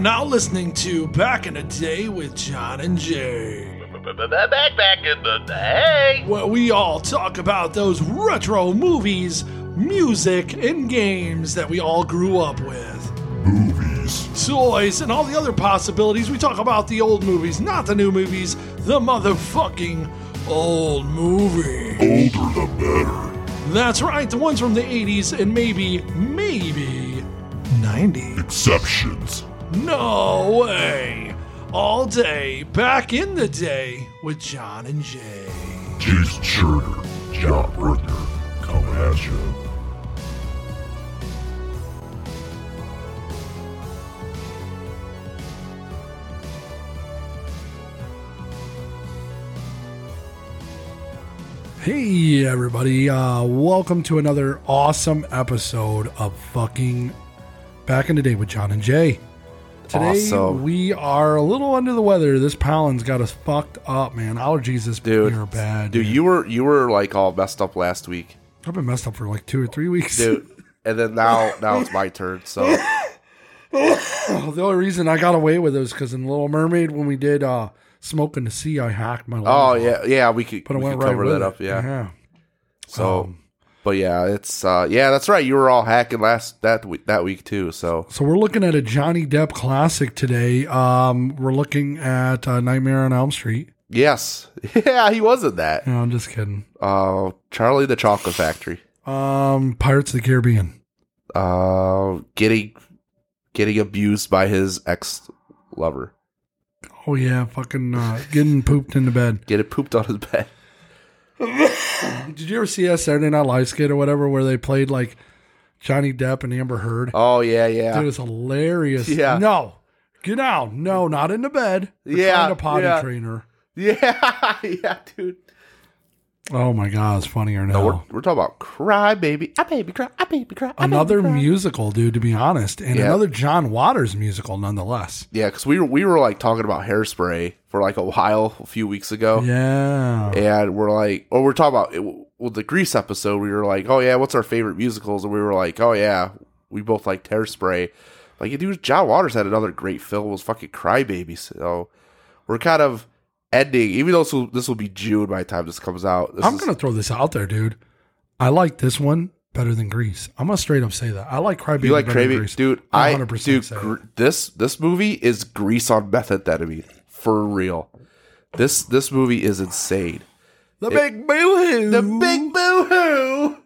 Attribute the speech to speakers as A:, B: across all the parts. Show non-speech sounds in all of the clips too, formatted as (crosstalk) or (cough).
A: now listening to Back in the Day with John and Jay,
B: Back back in the day.
A: where we all talk about those retro movies, music, and games that we all grew up with.
C: Movies.
A: toys, and all the other possibilities. We talk about the old movies, not the new movies, the motherfucking old movie.
C: Older the better.
A: That's right, the ones from the 80s and maybe, maybe 90.
C: Exceptions.
A: No way. All day, back in the day with John and Jay.
C: Jason Scherner. John Britner. Coming at you.
A: Hey, everybody. Uh, welcome to another awesome episode of fucking Back in the Day with John and Jay. Today,
D: Awesome.
A: we are a little under the weather. This pollen's got us fucked up, man. Allergies this
D: dude.
A: year are bad.
D: Dude,
A: man.
D: you were you were like all messed up last week,
A: I've been messed up for like two or three weeks.
D: dude. and then now now it's my turn. So
A: (laughs) the only reason I got away with it was because in Little Mermaid, when we did uh, Smoke in the Sea, I hacked my lung.
D: oh
A: out,
D: yeah yeah we could
A: But I
D: we
A: went
D: could
A: right
D: cover
A: with
D: that
A: it. Uh-huh.
D: up yeah.
A: yeah.
D: So
A: Um,
D: but yeah it's uh yeah that's right you were all hacking last that week that week too. So
A: So we're looking at a Johnny Depp classic today. Um, we're looking at uh, Nightmare on Elm Street.
D: yes (laughs) yeah he was in that
A: No, I'm just kidding.
D: uh Charlie the Chocolate Factory
A: Um, Pirates of the Caribbean.
D: uh getting getting abused by his ex lover
A: Oh yeah, fucking uh, getting pooped into bed.
D: get it pooped on his bed
A: Did you ever see a Saturday Night Live skit or whatever where they played like Johnny Depp and Amber Heard?
D: oh yeah yeah
A: Dude, it was hilarious.
D: Yeah.
A: No, get out. No, not in the bed. We're
D: Yeah,
A: trying to potty
D: yeah.
A: trainer.
D: (laughs) yeah yeah dude.
A: Oh my god, it's funnier now.
D: No, we're, we're talking about cry baby. I baby cry. I baby cry. I
A: another
D: baby cry.
A: musical, dude. To be honest, and
D: Yeah.
A: another John Waters musical, nonetheless.
D: Yeah, because we were, we were like talking about hairspray for like a while a few weeks ago,
A: Yeah.
D: and we're like, oh, we're talking about it, well the Grease episode. We were like, oh yeah, what's our favorite musicals? And we were like, oh yeah, we both liked hairspray. Like, dude, John Waters had another great film. Was fucking Crybaby. So we're kind of ending, even though this will, this will be June by the time this comes out. This
A: I'm
D: is-
A: gonna throw this out there, dude. I like this one better than Grease. I'm gonna straight up say that. I like Crybaby.
D: You like
A: better than
D: Craving,
A: Grease.
D: dude?
A: I'm
D: I
A: 100%
D: dude,
A: say it.
D: gr- this this movie is grease on methamphetamine for real. This this movie is insane.
A: the big boo
D: The big boo hoo.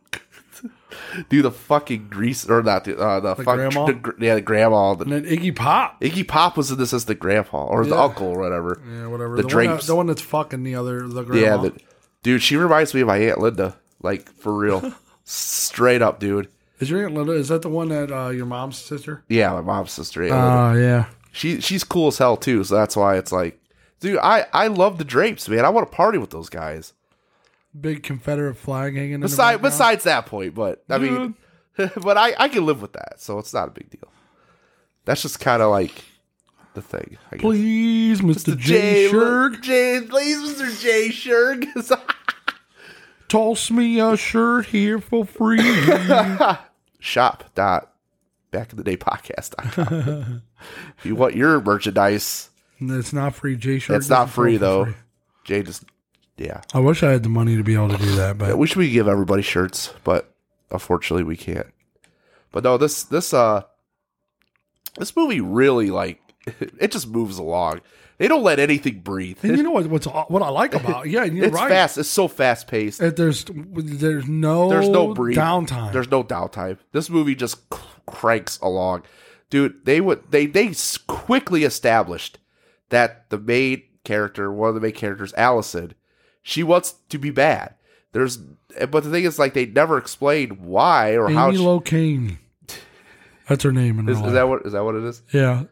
D: (laughs) dude, the fucking grease or not the uh, the, fuck,
A: grandma?
D: the gr- yeah, the grandma. The,
A: and then Iggy Pop.
D: Iggy Pop was in this as the grandpa or the
A: Yeah.
D: uncle or whatever.
A: Yeah, whatever.
D: The
A: The, one that-
D: drapes.
A: the one that's fucking the other. The grandma.
D: Yeah, the, dude, she reminds me of my aunt Linda, like for
A: (laughs)
D: real, straight up, dude.
A: is your aunt Linda? Is that the one that uh, your mom's sister?
D: Yeah, my mom's sister. Aunt
A: Oh
D: Linda.
A: yeah.
D: she she's cool as hell too. So that's why it's like, dude, I I love the drapes, man. I want to party with those guys.
A: Big Confederate flag hanging. in the
D: Besides
A: background.
D: besides that point, but I mean, (laughs) but I I can live with that. So it's not a big deal. That's just kind of like the thing. I guess.
A: Please, Mr. J. Shurg,
D: J, please, Mr. J. Shurg. (laughs)
A: toss me a shirt here for free.
D: (coughs) Shop dot back in the day podcast. dot com.
A: (laughs)
D: if you want your merchandise,
A: it's not free, J. Shurg.
D: it's
A: doesn't sell
D: not free
A: for
D: though.
A: free.
D: Jay just yeah.
A: I wish I had the money to be able to do that,
D: Yeah,
A: but
D: we should we give everybody shirts, but unfortunately we can't. But no, this this uh this movie really like (laughs) it just moves along. They don't let anything breathe.
A: and you know what? What's aw- what I
D: (laughs)
A: like about yeah, and you're
D: it's
A: right.
D: fast. It's so fast paced.
A: It- there's there's no
D: There's no breathe.
A: Oh, downtime.
D: There's no downtime. This movie just c- cranks along, dude. They would they they s- quickly established that the main character, one of the main characters, Allison, she wants to be bad. There's but the thing is like they never explained why or how
A: Amy
D: she-
A: Locane. That's her name in real
D: Is, is
A: life.
D: that what is that what it is?
A: yeah,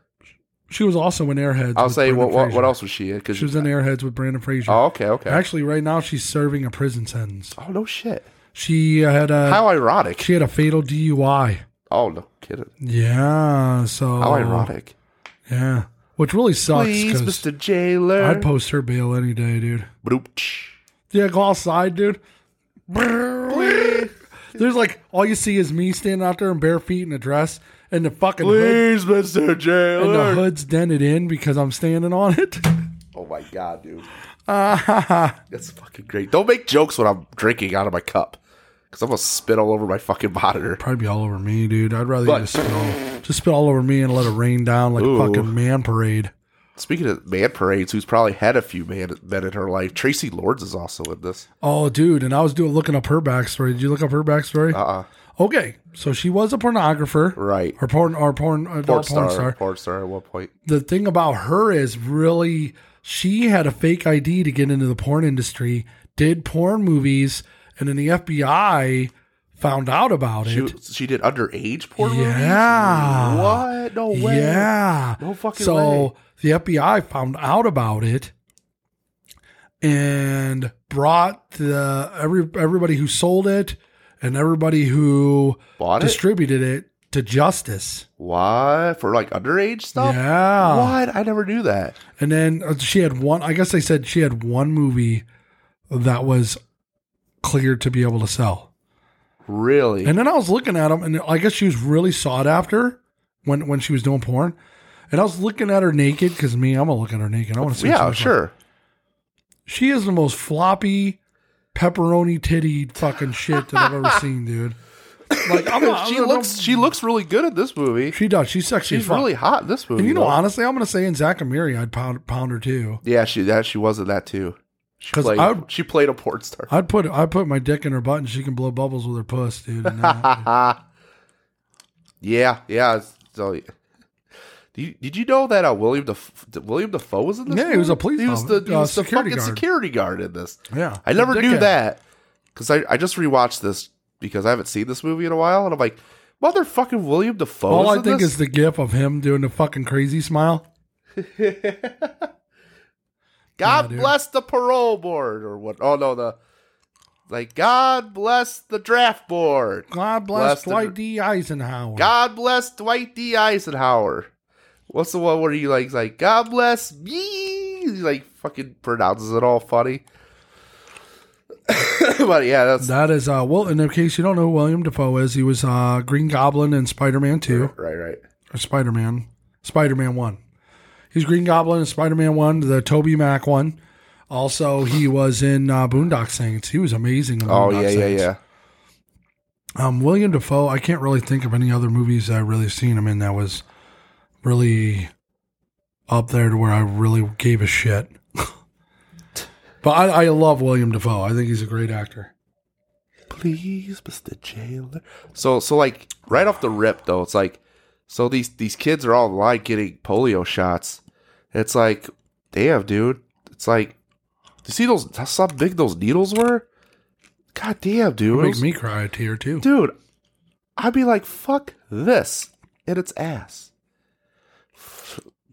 A: she was also in Airheads.
D: I'll
A: with
D: say
A: Brendan
D: what, what what
A: Fraser.
D: else was she in? Because
A: She was in Airheads with Brandon Fraser.
D: Oh, okay, okay.
A: Actually, right now she's serving a prison sentence.
D: oh no shit!
A: She uh, had a
D: How ironic!
A: she had a fatal DUI.
D: oh no, kidding!
A: Yeah, so
D: How ironic!
A: Yeah, which really sucks
D: Please,
A: because
D: Mister Jailer.
A: I'd post her bail any day, dude.
D: Bloop, tsh.
A: Yeah, go outside, dude. There's like all you see is me standing out there in bare feet in a dress, and the fucking hood,
D: Please, Mr.
A: and the
D: Jailer.
A: hood's dented in because I'm standing on it.
D: Oh my
A: (laughs)
D: god, dude. That's fucking great. Don't make jokes when I'm drinking out of my cup. Because I'm going to spit all over my fucking monitor.
A: Probably be all over me, dude. I'd rather
D: But-
A: you just spill, just spill all over me and let it rain down like
D: Ooh.
A: a fucking man parade.
D: Speaking of man parades, who's probably had a few man men in her life, Tracy Lords is also in this.
A: Oh, dude. And I was doing looking up her backstory. Did you look up her backstory?
D: Uh uh
A: okay, so she was a pornographer,
D: Right.
A: Or porn, or porn, adult
D: Porn star.
A: porn star.
D: Porn star at one point.
A: the thing about her is really she had a fake ID to get into the porn industry, did porn movies, and then the FBI found out about
D: She,
A: it.
D: she did underage porn
A: Yeah.
D: movies? What? No way.
A: Yeah.
D: No fucking
A: so
D: way.
A: the FBI found out about it and brought the every everybody who sold it and everybody who
D: Bought it?
A: distributed it to justice.
D: What? For like underage stuff?
A: Yeah.
D: What? I never knew that.
A: And then uh, she had one. I guess they said she had one movie that was cleared to be able to sell.
D: Really?
A: And then I was looking at them, and I guess she was really sought after when when she was doing porn. And I was looking at her naked because me, I'm gonna look at her naked. I want to see. what she
D: yeah,
A: looks like.
D: sure.
A: She is the most floppy, pepperoni titty fucking shit that I've ever seen, dude. Like I'm not,
D: she
A: I'm not-
D: looks she looks really good in this movie.
A: She does. She's sexy.
D: She's
A: as fuck.
D: really hot in this movie.
A: And you know,
D: though.
A: honestly, I'm gonna say in Zachary, I'd pound pound her too.
D: Yeah, she that she was in that too. She
A: 'Cause
D: played
A: I-
D: she played a porn star. (laughs)
A: I'd put I put my dick in her butt and she can blow bubbles with her puss, dude. and
D: (laughs)
A: that.
D: yeah, yeah. So, did you, did you know that uh, William Def- William Defoe was in this?
A: Yeah, he was a
D: movie?
A: police
D: He was
A: officer-
D: the, he
A: uh,
D: was the
A: security
D: fucking
A: guard.
D: security guard in this.
A: yeah,
D: I never knew
A: Dickhead.
D: that because I, I just rewatched this because I haven't seen this movie in a while, and I'm like, motherfucking William Defoe.
A: All
D: is
A: I
D: in
A: think
D: this?
A: is the gif of him doing the fucking crazy smile.
D: (laughs) God
A: dude.
D: bless the parole board or what? Oh no, the like God bless the draft board.
A: God bless
D: Blasted-
A: Dwight D. Eisenhower.
D: God bless Dwight D. Eisenhower. What's the one where he like like God bless me? He like fucking pronounces it all funny. (laughs) but yeah, that's
A: That is uh well. In case you don't know who William Defoe is, he was uh Green Goblin in Spider Man Two
D: right, right.
A: or Spider Man, Spider Man One. He's Green Goblin in Spider Man One, the Toby Mac one. Also, he was in uh, Boondock Saints. He was amazing. In
D: Oh
A: Boondock
D: yeah, yeah,
A: Saints.
D: yeah.
A: Um, William Defoe. I can't really think of any other movies that I really seen him in that was really up there to where I really gave a shit. (laughs) but I, I love William Defoe. I think he's a great actor.
D: Please, Mr. Jailer. So so like right off the rip though, it's like so these these kids are all online getting polio shots. It's like, damn, dude. It's like you see those that's how big those needles were? God damn, dude.
A: It
D: It was-
A: makes me cry a tear too.
D: dude, I'd be like, fuck this in its ass.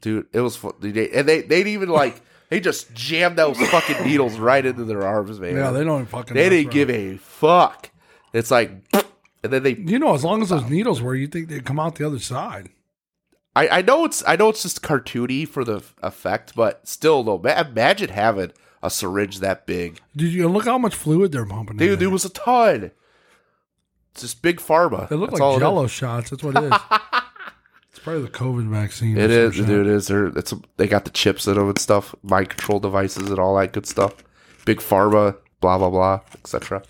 D: Dude, it was fu- they- and they they'd even like they just jammed those fucking needles right into their arms, man.
A: yeah, they don't even fucking.
D: They
A: mess
D: didn't
A: around.
D: give a fuck. It's like, (sniffs) and then they.
A: You know, as long as those needles were, you think they'd come out the other side.
D: I, I know it's I know it's just cartoony for the effect, but still though, ma- imagine having a syringe that big,
A: Did you look how much fluid they're pumping?
D: dude.
A: in there.
D: There was a ton. It's just big pharma.
A: They look
D: That's all
A: like
D: it
A: Jello shots. That's
D: (laughs)
A: what it is. it's probably the COVID vaccine. or
D: It
A: some
D: is,
A: shit.
D: dude. It is. They're- It's they got the chips in them and stuff, mind control devices and all that good stuff. Big pharma, blah blah blah, etc.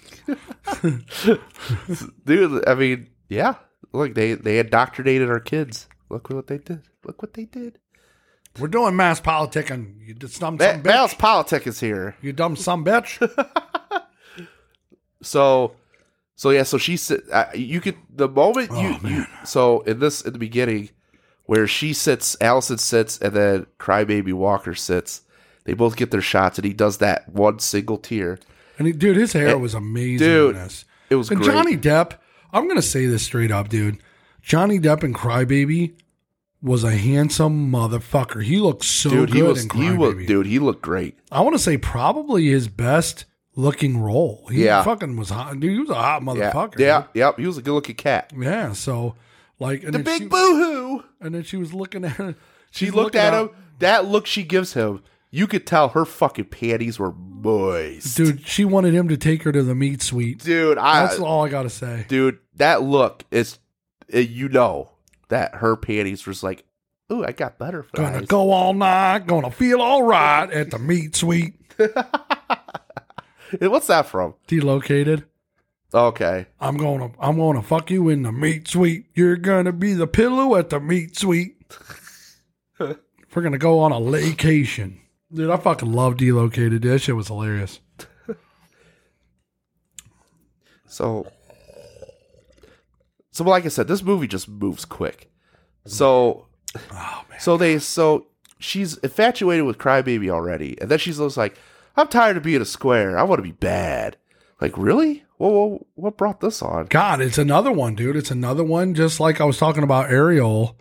D: (laughs) dude, I mean, yeah. Look, they they indoctrinated our kids. Look what they did. Look what they did.
A: We're doing mass politicking. You did some,
D: Ma-
A: some bitch.
D: Mouse politic is here.
A: You dumb some bitch. (laughs)
D: So, so yeah. So she sit. Uh, you could the moment you,
A: Oh,
D: you. So in this in the beginning, where she sits, Allison sits, and then Crybaby Walker sits. They both get their shots, and he does that one single tear.
A: And he, dude, his hair was amazing.
D: dude,
A: in this.
D: It was
A: and
D: great.
A: Johnny Depp. I'm gonna say this straight up, dude. Johnny Depp in Crybaby was a handsome motherfucker. He looked so
D: dude,
A: good
D: he was
A: in
D: he
A: Crybaby.
D: was dude. He looked great.
A: I want to say probably his best looking role. He
D: Yeah.
A: fucking was hot. Dude, he was a hot
D: Yeah,
A: motherfucker.
D: yeah, yep. He was a good looking cat.
A: dude. yeah. So like, and
D: The
A: then she,
D: big boo hoo.
A: and then she was looking at her.
D: She
A: she's
D: looked
A: looking
D: at
A: up.
D: him. That look she gives him, you could tell her fucking panties were moist.
A: dude. She wanted him to take her to the meat suite.
D: dude, I
A: That's all I gotta say.
D: dude, that look is uh, you know that her panties were just like, ooh, I got
A: Gonna
D: butterflies.
A: go all night. Gonna feel all right at the meat suite.
D: And Eh, What's that from?
A: Delocated.
D: Okay.
A: I'm gonna I'm gonna fuck you in the meat suite. You're gonna be the pillow at the meat suite. We're gonna go on a vacation. Dude, I fucking love Delocated. Dude, That shit was hilarious.
D: So, so like I said, this movie just moves quick. So,
A: Oh,
D: so they so she's infatuated with Crybaby already, and then she's just like, "I'm tired of being a square. I want to be bad." Like, really? Whoa, whoa, what brought this on?
A: God, it's another one, dude. It's another one. Just like I was talking about Ariel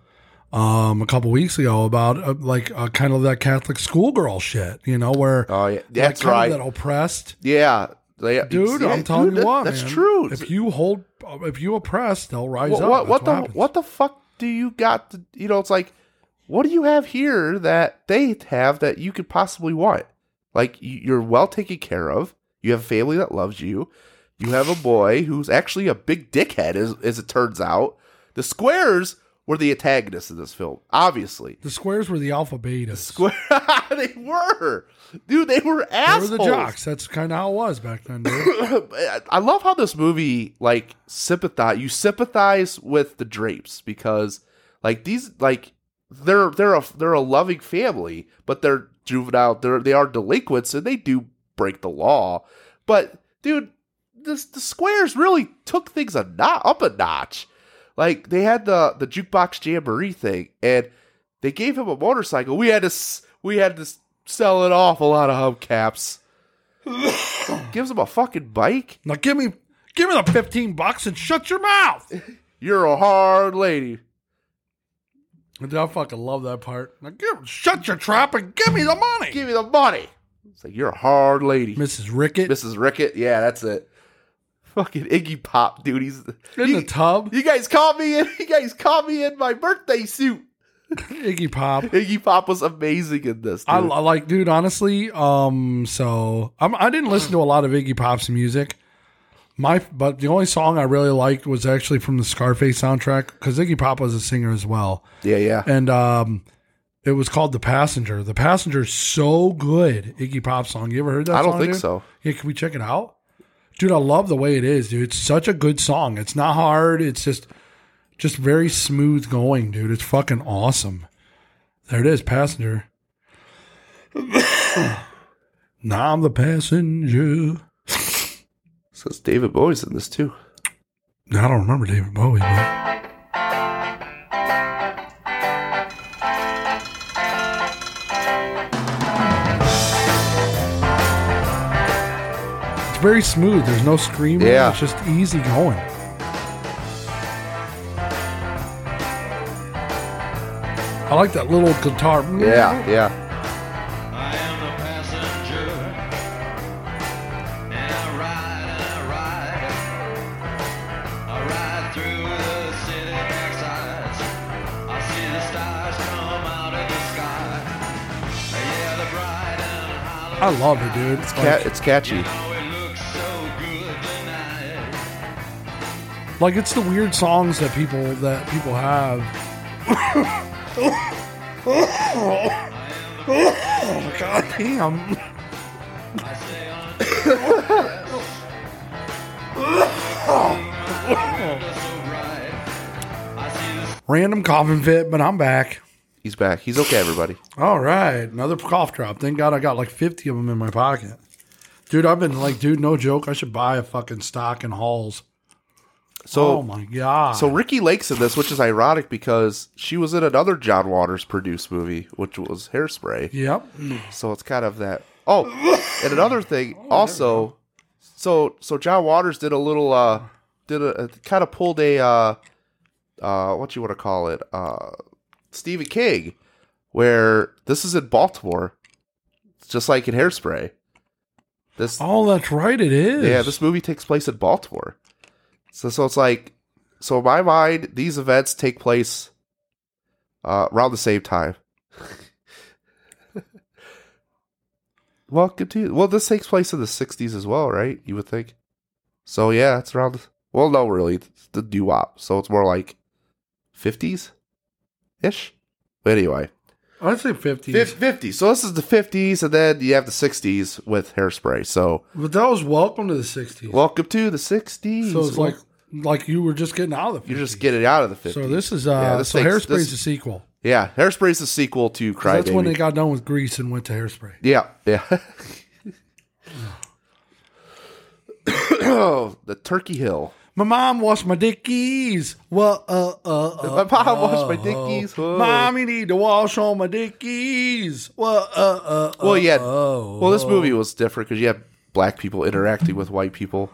A: um, a couple weeks ago about uh, like uh, kind of that Catholic schoolgirl shit, you know, where
D: Oh yeah, that's
A: like, kind
D: right.
A: of that oppressed
D: yeah, they-
A: dude.
D: yeah,
A: I'm telling
D: dude,
A: you
D: that-
A: what,
D: that's
A: man.
D: true.
A: If you hold, if you oppress, they'll rise
D: what,
A: Oh, up.
D: what, what
A: That's
D: the
A: happens.
D: what the fuck do you got? To, you know, it's like, what do you have here that they have that you could possibly want? Like, you- you're well taken care of. You have a family that loves you. You have a boy who's actually a big dickhead, as, as it turns out. The squares were the antagonists in this film, obviously.
A: The squares were the alpha betas.
D: Square, (laughs) they were, dude. They were
A: they were
D: assholes.
A: the jocks. That's kind of how it was back then, dude.
D: (coughs) I love how this movie like sympathize you sympathize with the Drapes because like these like they're they're a they're a loving family but they're juvenile they're they are delinquents and they do break the law but dude this the squares really took things a not up a notch like they had the the jukebox jamboree thing and they gave him a motorcycle we had to s- we had to s- sell it off a lot of hubcaps gives him a fucking bike
A: now give me, give me the fifteen bucks and shut your mouth.
D: You're a hard lady.
A: Dude, I fucking love that part. Now give, shut your trap and give me the money.
D: Give me the money. It's like you're a hard lady.
A: Mrs. Rickett
D: Mrs. Rickett. Yeah, that's it. Fucking Iggy Pop, dude. He's
A: in
D: you,
A: the tub.
D: you guys caught me in (laughs) you guys caught me in my birthday suit.
A: Iggy Pop.
D: Iggy Pop was amazing in this. Dude.
A: I, I like, dude. Honestly, um, so I'm, I didn't listen to a lot of Iggy Pop's music. My, but the only song I really liked was actually from the Scarface soundtrack because Iggy Pop was a singer as well,
D: yeah, yeah.
A: and um, it was called "The Passenger." The Passenger's so good, Iggy Pop song. You ever heard that?
D: I don't
A: song,
D: think
A: dude?
D: so.
A: Yeah, can we check it out? Dude, I love the way it is, dude. It's such a good song. It's not hard. It's just just very smooth going, dude. It's fucking awesome. There it is, passenger. (coughs) now I'm the passenger.
D: So it's David Bowie's in this too.
A: I don't remember David Bowie. But it's very smooth. There's no screaming.
D: Yeah.
A: It's just easy going. I like that little guitar.
D: Yeah, yeah.
E: I am the passenger. And I ride and I ride. I ride through the city backsides. I see the stars come out of the sky. Yeah, the bright and hollow.
A: I love it, dude. It's
D: Ca-
A: like,
D: it's catchy.
E: Oh, it looks so good tonight.
A: like it's the weird songs that people that people have. God damn.
E: I say on so bright. I see the
A: Random coughing fit, but I'm back.
D: He's back. He's okay, everybody.
A: All right, another cough drop. Thank God I got like 50 of them in my pocket. Dude, I've been like, dude, no joke. I should buy a fucking stock in Halls.
D: So
A: oh my God.
D: So Ricky Lake's in this, which is ironic because she was in another John Waters produced movie, which was Hairspray.
A: yep.
D: So it's kind of that. Oh, and another thing also. So so John Waters did a little uh did a, kind of pulled a uh uh what you want to call it uh Stephen King, where this is in Baltimore, it's just like in Hairspray. This
A: Oh, that's right. It is.
D: yeah, this movie takes place in Baltimore. So so it's like so in my mind, these events take place uh, around the same (laughs) time. Welcome to well, this takes place in the '60s as well, right? You would think. So yeah, it's around. Well, no, really, it's the doo wop. So it's more like 50s ish. But anyway,
A: I'd say 50s.
D: 50s. So this is the 50s, and then you have the 60s with hairspray. So
A: But that was welcome to the 60s.
D: welcome to the 60s.
A: so it's like like you were just getting out of the 50s.
D: you're just getting out of the 50s.
A: So this is uh
D: Yeah, this
A: so
D: takes-
A: Hairspray's
D: this-
A: a sequel.
D: yeah, hairspray's the sequel to Cry
A: That's when
D: Baby.
A: they got done with Grease and went to Hairspray.
D: Yeah, yeah. (coughs) the Turkey Hill.
A: My mom washed my dickies. Well, uh, uh, uh.
D: My mom washed my
A: uh,
D: dickies.
A: uh.
D: Whoa.
A: Mommy need to wash all my dickies. Well, uh, uh, uh.
D: Well, yeah.
A: Oh.
D: Well, this movie was different because you have black people interacting with white people.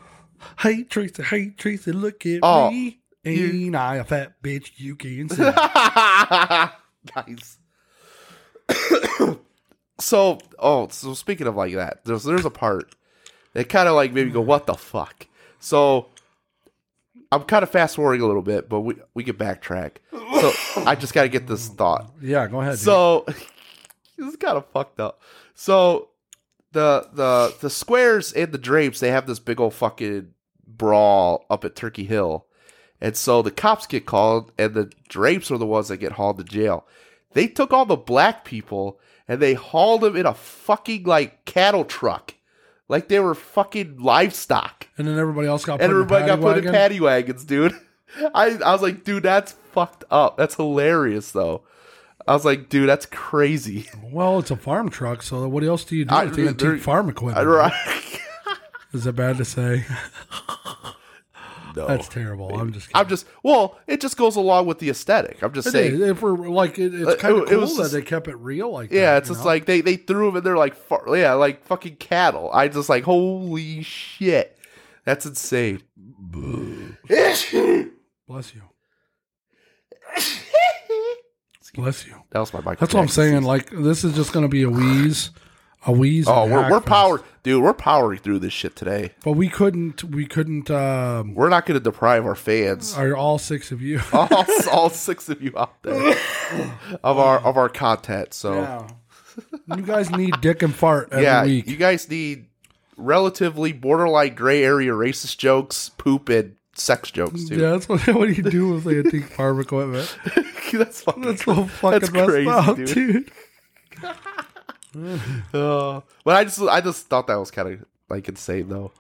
A: Hey, Tracy, hey, Tracy, look at
D: Oh,
A: me. Ain't
D: you-
A: I a fat bitch? You can
D: (laughs)
A: see.
D: nice. (coughs) so, oh, so speaking of like that, there's there's a part that kind of like made me go, "What the fuck?" So, I'm kind of fast forwarding a little bit, but we we can backtrack. So, I just got to get this thought.
A: yeah, go ahead. dude.
D: So (laughs) this is kind of fucked up. So the the the squares and the drapes they have this big old fucking brawl up at Turkey Hill, and so the cops get called, and the drapes are the ones that get hauled to jail. They took all the black people and they hauled them in a fucking like cattle truck, like they were fucking livestock.
A: and then everybody else got put
D: And everybody
A: in a
D: got put in
A: paddy.
D: paddy wagons, dude. (laughs) I, I was like, dude, that's fucked up. That's hilarious, though. I was like, dude, that's crazy. (laughs)
A: wagon. Well, it's a farm truck, so what else do you do
D: I-
A: with the
D: they're-
A: antique farm equipment?
D: Right.
A: Is that bad to say?
D: (laughs)
A: (laughs)
D: no.
A: That's terrible. I'm just kidding.
D: Oh, I'm just, well, it just goes along with the aesthetic. I'm just
A: It
D: saying.
A: is. If we're like, it,
D: Uh,
A: it's kind
D: it-
A: of
D: it
A: cool
D: was
A: that
D: just-
A: they kept it real like that.
D: yeah, it's
A: you
D: just
A: know?
D: like they, they threw them and they're like, far, yeah, like fucking cattle. I just like, holy shit. That's insane. that
A: bless
D: (laughs)
A: you, bless you.
D: was my Michael
A: That's what I'm
D: Jackson.
A: saying. Like this is just going to be a wheeze, a wheeze.
D: Oh,
A: and
D: we're,
A: hack
D: we're
A: fest.
D: powered. Dude, we're powering through this shit today.
A: but we couldn't. We couldn't. Um,
D: We're Oh. not going to deprive our fans.
A: are all six of you?
D: all, all six of you out there of our of our content. So yeah,
A: Yeah. (laughs) you guys need dick and fart every week.
D: you guys need relatively borderline gray area racist jokes, poop, and sex jokes too.
A: yeah, that's what, (laughs) what do you do with the antique farm equipment?
D: (laughs) that's fucking
A: That's so fucking messed
D: crazy,
A: up,
D: dude.
A: dude.
D: Uh, but I just I just thought that was kind of like insane though.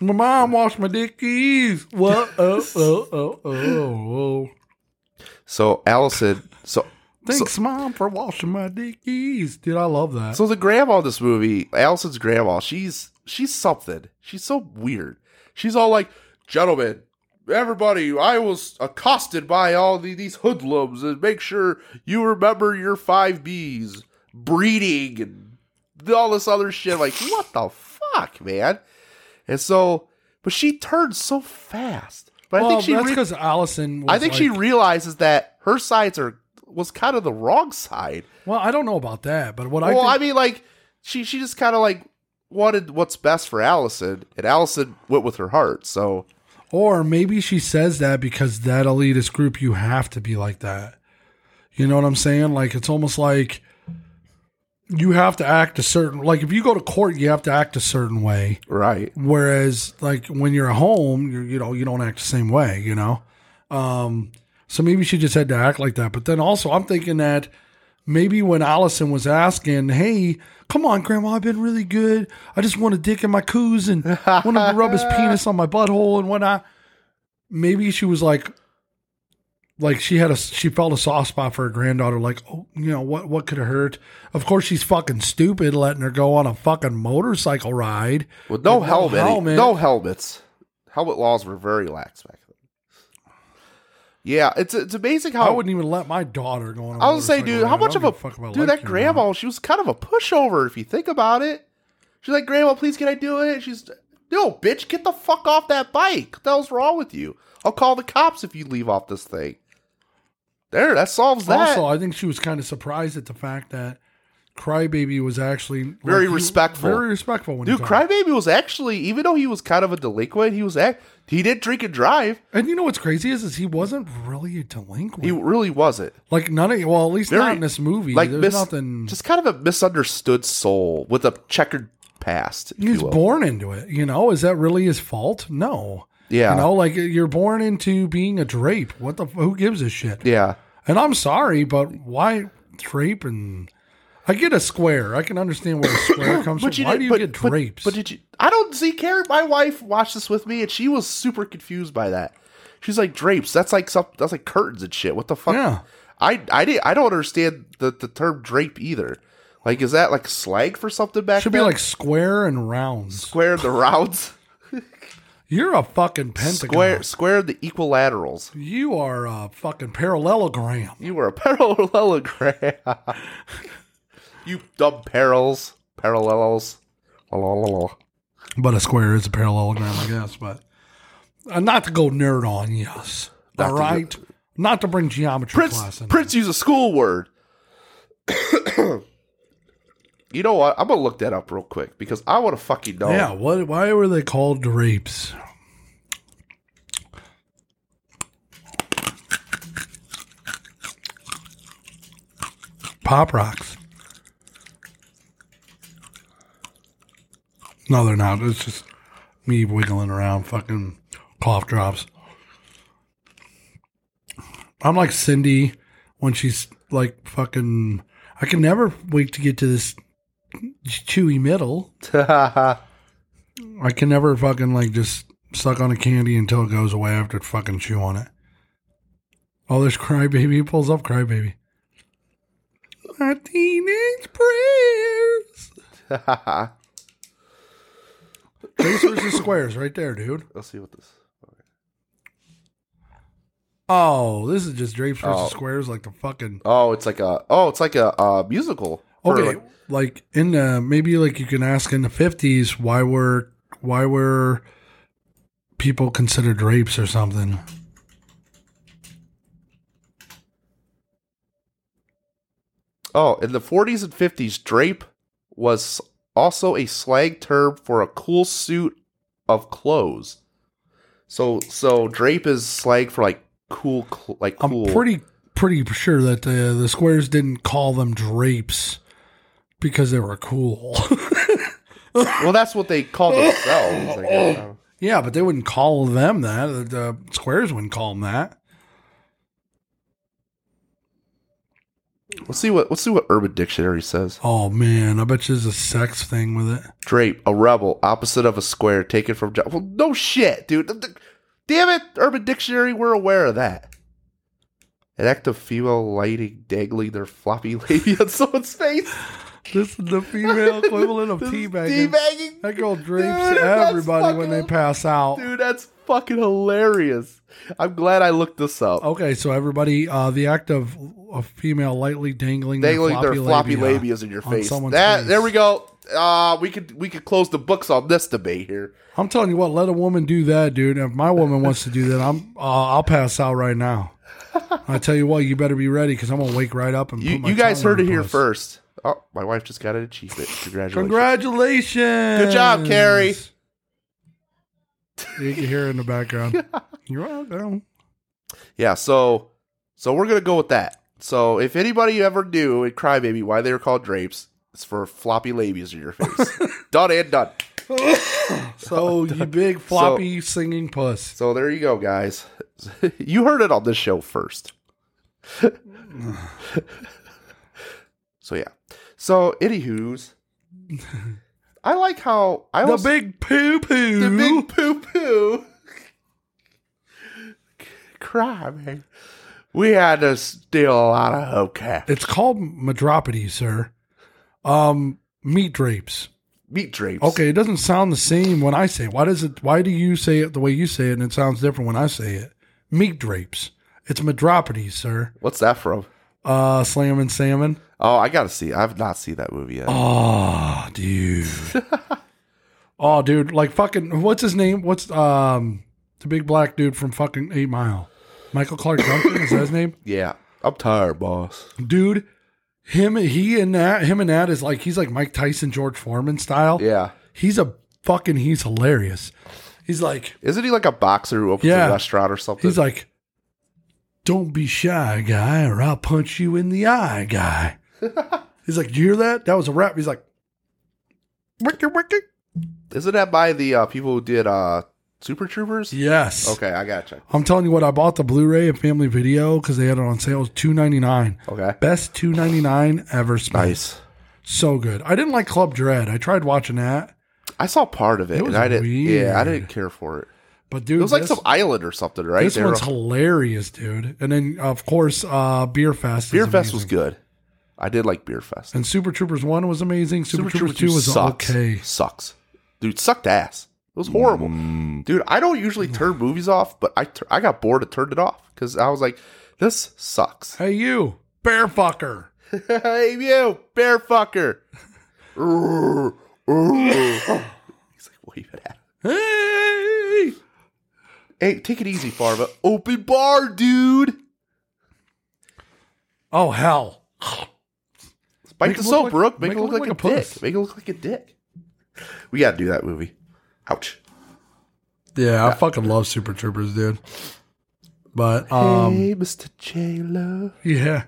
A: My mom washed my dickies.
D: (laughs)
A: What? Oh, oh, oh, oh, oh.
D: So Allison, so
A: Thanks, mom, for washing my dickies, dude. I love that.
D: so the grandma in this movie, Allison's grandma, she's she's something. She's so weird. She's all like, gentlemen, everybody, I was accosted by all the, these hoodlums, and make sure you remember your five B's, breeding, and all this other shit. Like, what the fuck, man? And so, but she turns so fast. But I
A: well,
D: think she
A: that's
D: re-
A: because Allison. Was
D: I think she
A: like-
D: realizes that her sides are was kind of the wrong side.
A: well, I don't know about that, but what I
D: Well,
A: think,
D: I mean, like she she just kind of like wanted what's best for Allison, and Allison went with her heart. So
A: or maybe she says that because that elitist group, you have to be like that. You know what I'm saying? Like it's almost like you have to act a certain. Like if you go to court, you have to act a certain way.
D: right,
A: Whereas, like when you're at home, you you know you don't act the same way, you know. Um, so maybe she just had to act like that. But then also, I'm thinking that maybe when Allison was asking, "Hey, come on, Grandma, I've been really good. I just want to dick in my coos and want to rub his penis on my butthole and whatnot." Maybe she was like, like she had a she felt a soft spot for her granddaughter. Like, oh, you know what what could have hurt? Of course, she's fucking stupid letting her go on a fucking motorcycle ride.
D: with no
A: With no
D: helmet, e-,
A: helmet.
D: no helmets. Helmet laws were very lax back then. Yeah, it's it's amazing how
A: I wouldn't even let my daughter go on. I
D: Oh. I was gonna say, dude, how much of a dude that grandma? She was kind of a pushover if you think about it. She's like, "Grandma, please, can I do it?" She's, "No, bitch, get the fuck off that bike. What the hell's wrong with you? I'll call the cops if you leave off this thing." There, that solves that.
A: Also, I think she was kind of surprised at the fact that Crybaby was actually
D: Very
A: he-
D: respectful.
A: very respectful. When he
D: dude,
A: talked.
D: Crybaby was actually, even though he was kind of a delinquent, he was act, he did drink and drive.
A: And you know what's crazy is, is he wasn't really a delinquent.
D: He really wasn't.
A: like none of well, at least
D: Very-
A: not in this movie.
D: Like
A: There's
D: mis-
A: nothing.
D: just kind of a misunderstood soul with a checkered past. if
A: he was
D: you will.
A: born into it. You know, is that really his fault? No.
D: Yeah.
A: You know, like you're born into being a drape. What the? f- Who gives a shit?
D: Yeah.
A: And I'm sorry, but why drape and? I get a square. I can understand
D: (coughs)
A: where a square comes from. Why
D: did-
A: do you
D: but-
A: get
D: but-
A: drapes?
D: But, did you? I don't see care. My wife watched this with me, and she was super confused by that. She's like drapes. That's like some. That's like curtains and shit. What the fuck?
A: Yeah.
D: I I did, I don't understand the the term drape either. Like, is that like slang for something back?
A: should be
D: then?
A: like square and rounds.
D: square the rounds,
A: You're a fucking (laughs) pentagon.
D: square square the equilaterals.
A: You are a fucking parallelogram.
D: You were a (laughs) parallelogram. you dumb parallels, parallels. La, la, la, la.
A: But a square is a parallelogram, I guess. But uh, not to go nerd on yes.
D: Not
A: all
D: to go-
A: right, not to bring geometry class
D: Prince
A: in.
D: Prince used a school word. (coughs) you know what? I'm gonna look that up real quick because I want to fucking know.
A: Yeah. What? Why were they called drapes? Pop rocks. No, they're not. It's just me wiggling around, fucking cough drops. I'm like Cindy when she's like fucking. I can never wait to get to this chewy middle.
D: (laughs)
A: I can never fucking like just suck on a candy until it goes away after it fucking chew on it. Oh, there's Crybaby. He pulls up Crybaby. My teenage prayers.
D: Let's
A: Face versus squares right there, dude.
D: see what this.
A: Oh, this is just drapes versus
D: Oh.
A: squares like the fucking.
D: Oh, it's like a. Oh, it's like a uh, musical. Or
A: Okay,
D: like-
A: like in the maybe like you can ask in the 50s why were why were people considered rapes or something.
D: oh, in the 40s and 50s, drape was also a slang term for a cool suit of clothes. So, so drape is slang for like cool, cl- like
A: I'm
D: cool.
A: pretty pretty sure that the the squares didn't call them drapes because they were cool. (laughs)
D: Well, that's what they call themselves. I
A: (laughs)
D: guess.
A: yeah, but they wouldn't call them that. The, the squares wouldn't call them that.
D: Let's see what let's see what Urban Dictionary says.
A: Oh man, I bet you there's a sex thing with it.
D: Drape, a rebel, opposite of a square, taken from. Jo- well, no shit, dude. Th- th- Damn it, Urban Dictionary, we're aware of that. An act of female lighting, dangling their floppy (laughs) labia on someone's face.
A: This is the female
D: (laughs)
A: equivalent of
D: This is
A: teabagging.
D: teabagging.
A: That girl drapes
D: Dude, that's
A: everybody when they
D: fucking-
A: pass out.
D: Dude, that's fucking hilarious. I'm glad I looked this up.
A: Okay, so everybody, uh, the act of a female lightly dangling,
D: dangling their floppy
A: labia
D: labias in your
A: on
D: face.
A: someone's
D: That
A: face.
D: there we go. Uh, we could we could close the books on this debate here.
A: I'm telling you what, let a woman do that, dude. If my woman wants to do that, I'm uh, I'll pass out right now. I tell you what, you better be ready because I'm gonna wake right up and
D: You,
A: put my
D: you guys
A: tongue
D: heard
A: in
D: it
A: her
D: here
A: puss.
D: first. Oh, my wife just got an achievement. Congratulations.
A: Congratulations!
D: Good job, Carrie.
A: You can hear it in the
D: (laughs)
A: background. You're welcome.
D: yeah, so so we're gonna go with that. So if anybody ever knew in Crybaby why they were called drapes, it's for floppy labies in
A: (laughs)
D: your face. done and done. Oh,
A: So you big floppy singing puss.
D: So there you go, guys. (laughs) you heard it on this show first. (laughs) so yeah. So anywho's I like how I
A: The
D: was
A: big poo poo.
D: the big poo poo. Cry, man. We had to steal a lot of hubcaps.
A: It's called madropody, sir. Um, meat drapes.
D: Meat drapes.
A: Okay, it doesn't sound the same when I say it. Why does it? Why do you say it the way you say it, and it sounds different when I say it? Meat drapes. It's Madropides, sir.
D: What's that from?
A: Uh, Slam and Salmon.
D: Oh, I gotta see. I've not seen that movie yet.
A: Oh, dude. oh, dude. Like fucking. What's his name? What's um the big black dude from fucking Eight Mile? Michael Clark Duncan is that his name?
D: Yeah. I'm tired, boss.
A: Dude, him, he and that, him and that is like he's like Mike Tyson, George Foreman style.
D: Yeah.
A: He's a fucking. He's hilarious. He's like.
D: Isn't he like a boxer who opens
A: Yeah.
D: a restaurant or something?
A: He's like, "Don't be shy, guy, or I'll punch you in the eye,
D: (laughs)
A: guy." He's like, "Do you hear that? That was a rap." He's like, "Wicked, wicked."
D: Isn't that by the uh, people who did uh, Super Troopers?
A: Yes.
D: Okay, I gotcha.
A: I'm telling you what, I bought the Blu-ray of Family Video because they had it on sale. It was two ninety nine.
D: Okay.
A: Best two ninety nine ever spent.
D: Nice.
A: So good. I didn't like Club Dread. I tried watching that,
D: I saw part of it,
A: was
D: and I didn't. Yeah, I
A: weird.
D: didn't care for it.
A: but dude,
D: It was like
A: this-
D: some island or something, right?
A: This
D: They were-
A: one's hilarious, dude. And then of course, uh, Beer Fest. is
D: Beer Fest was
A: amazing.
D: good. I did like Beer Fest.
A: And Super Troopers one was amazing. Super, Troopers, two was
D: sucks.
A: okay.
D: Sucks, dude. Sucked ass. It was horrible,
A: Mm.
D: dude. I don't usually turn movies off, but I tur- I got bored and turned it off because I was like, this sucks.
A: Hey you, bear fucker.
D: hey you, bear fucker. Urgh, urgh. He's like, what are you at?
A: Hey.
D: Hey, take it easy, Farva. Open bar, dude.
A: Oh hell.
D: Bite
A: Make
D: the
A: it look
D: soap,
A: like-
D: Brooke. Make, it look, like,
A: a
D: a,
A: puss.
D: dick. Make it look like a dick. We gotta do that movie. Ouch.
A: Yeah, I fucking love Super Troopers, dude. But um
D: hey, Mr. J Lo.
A: Yeah.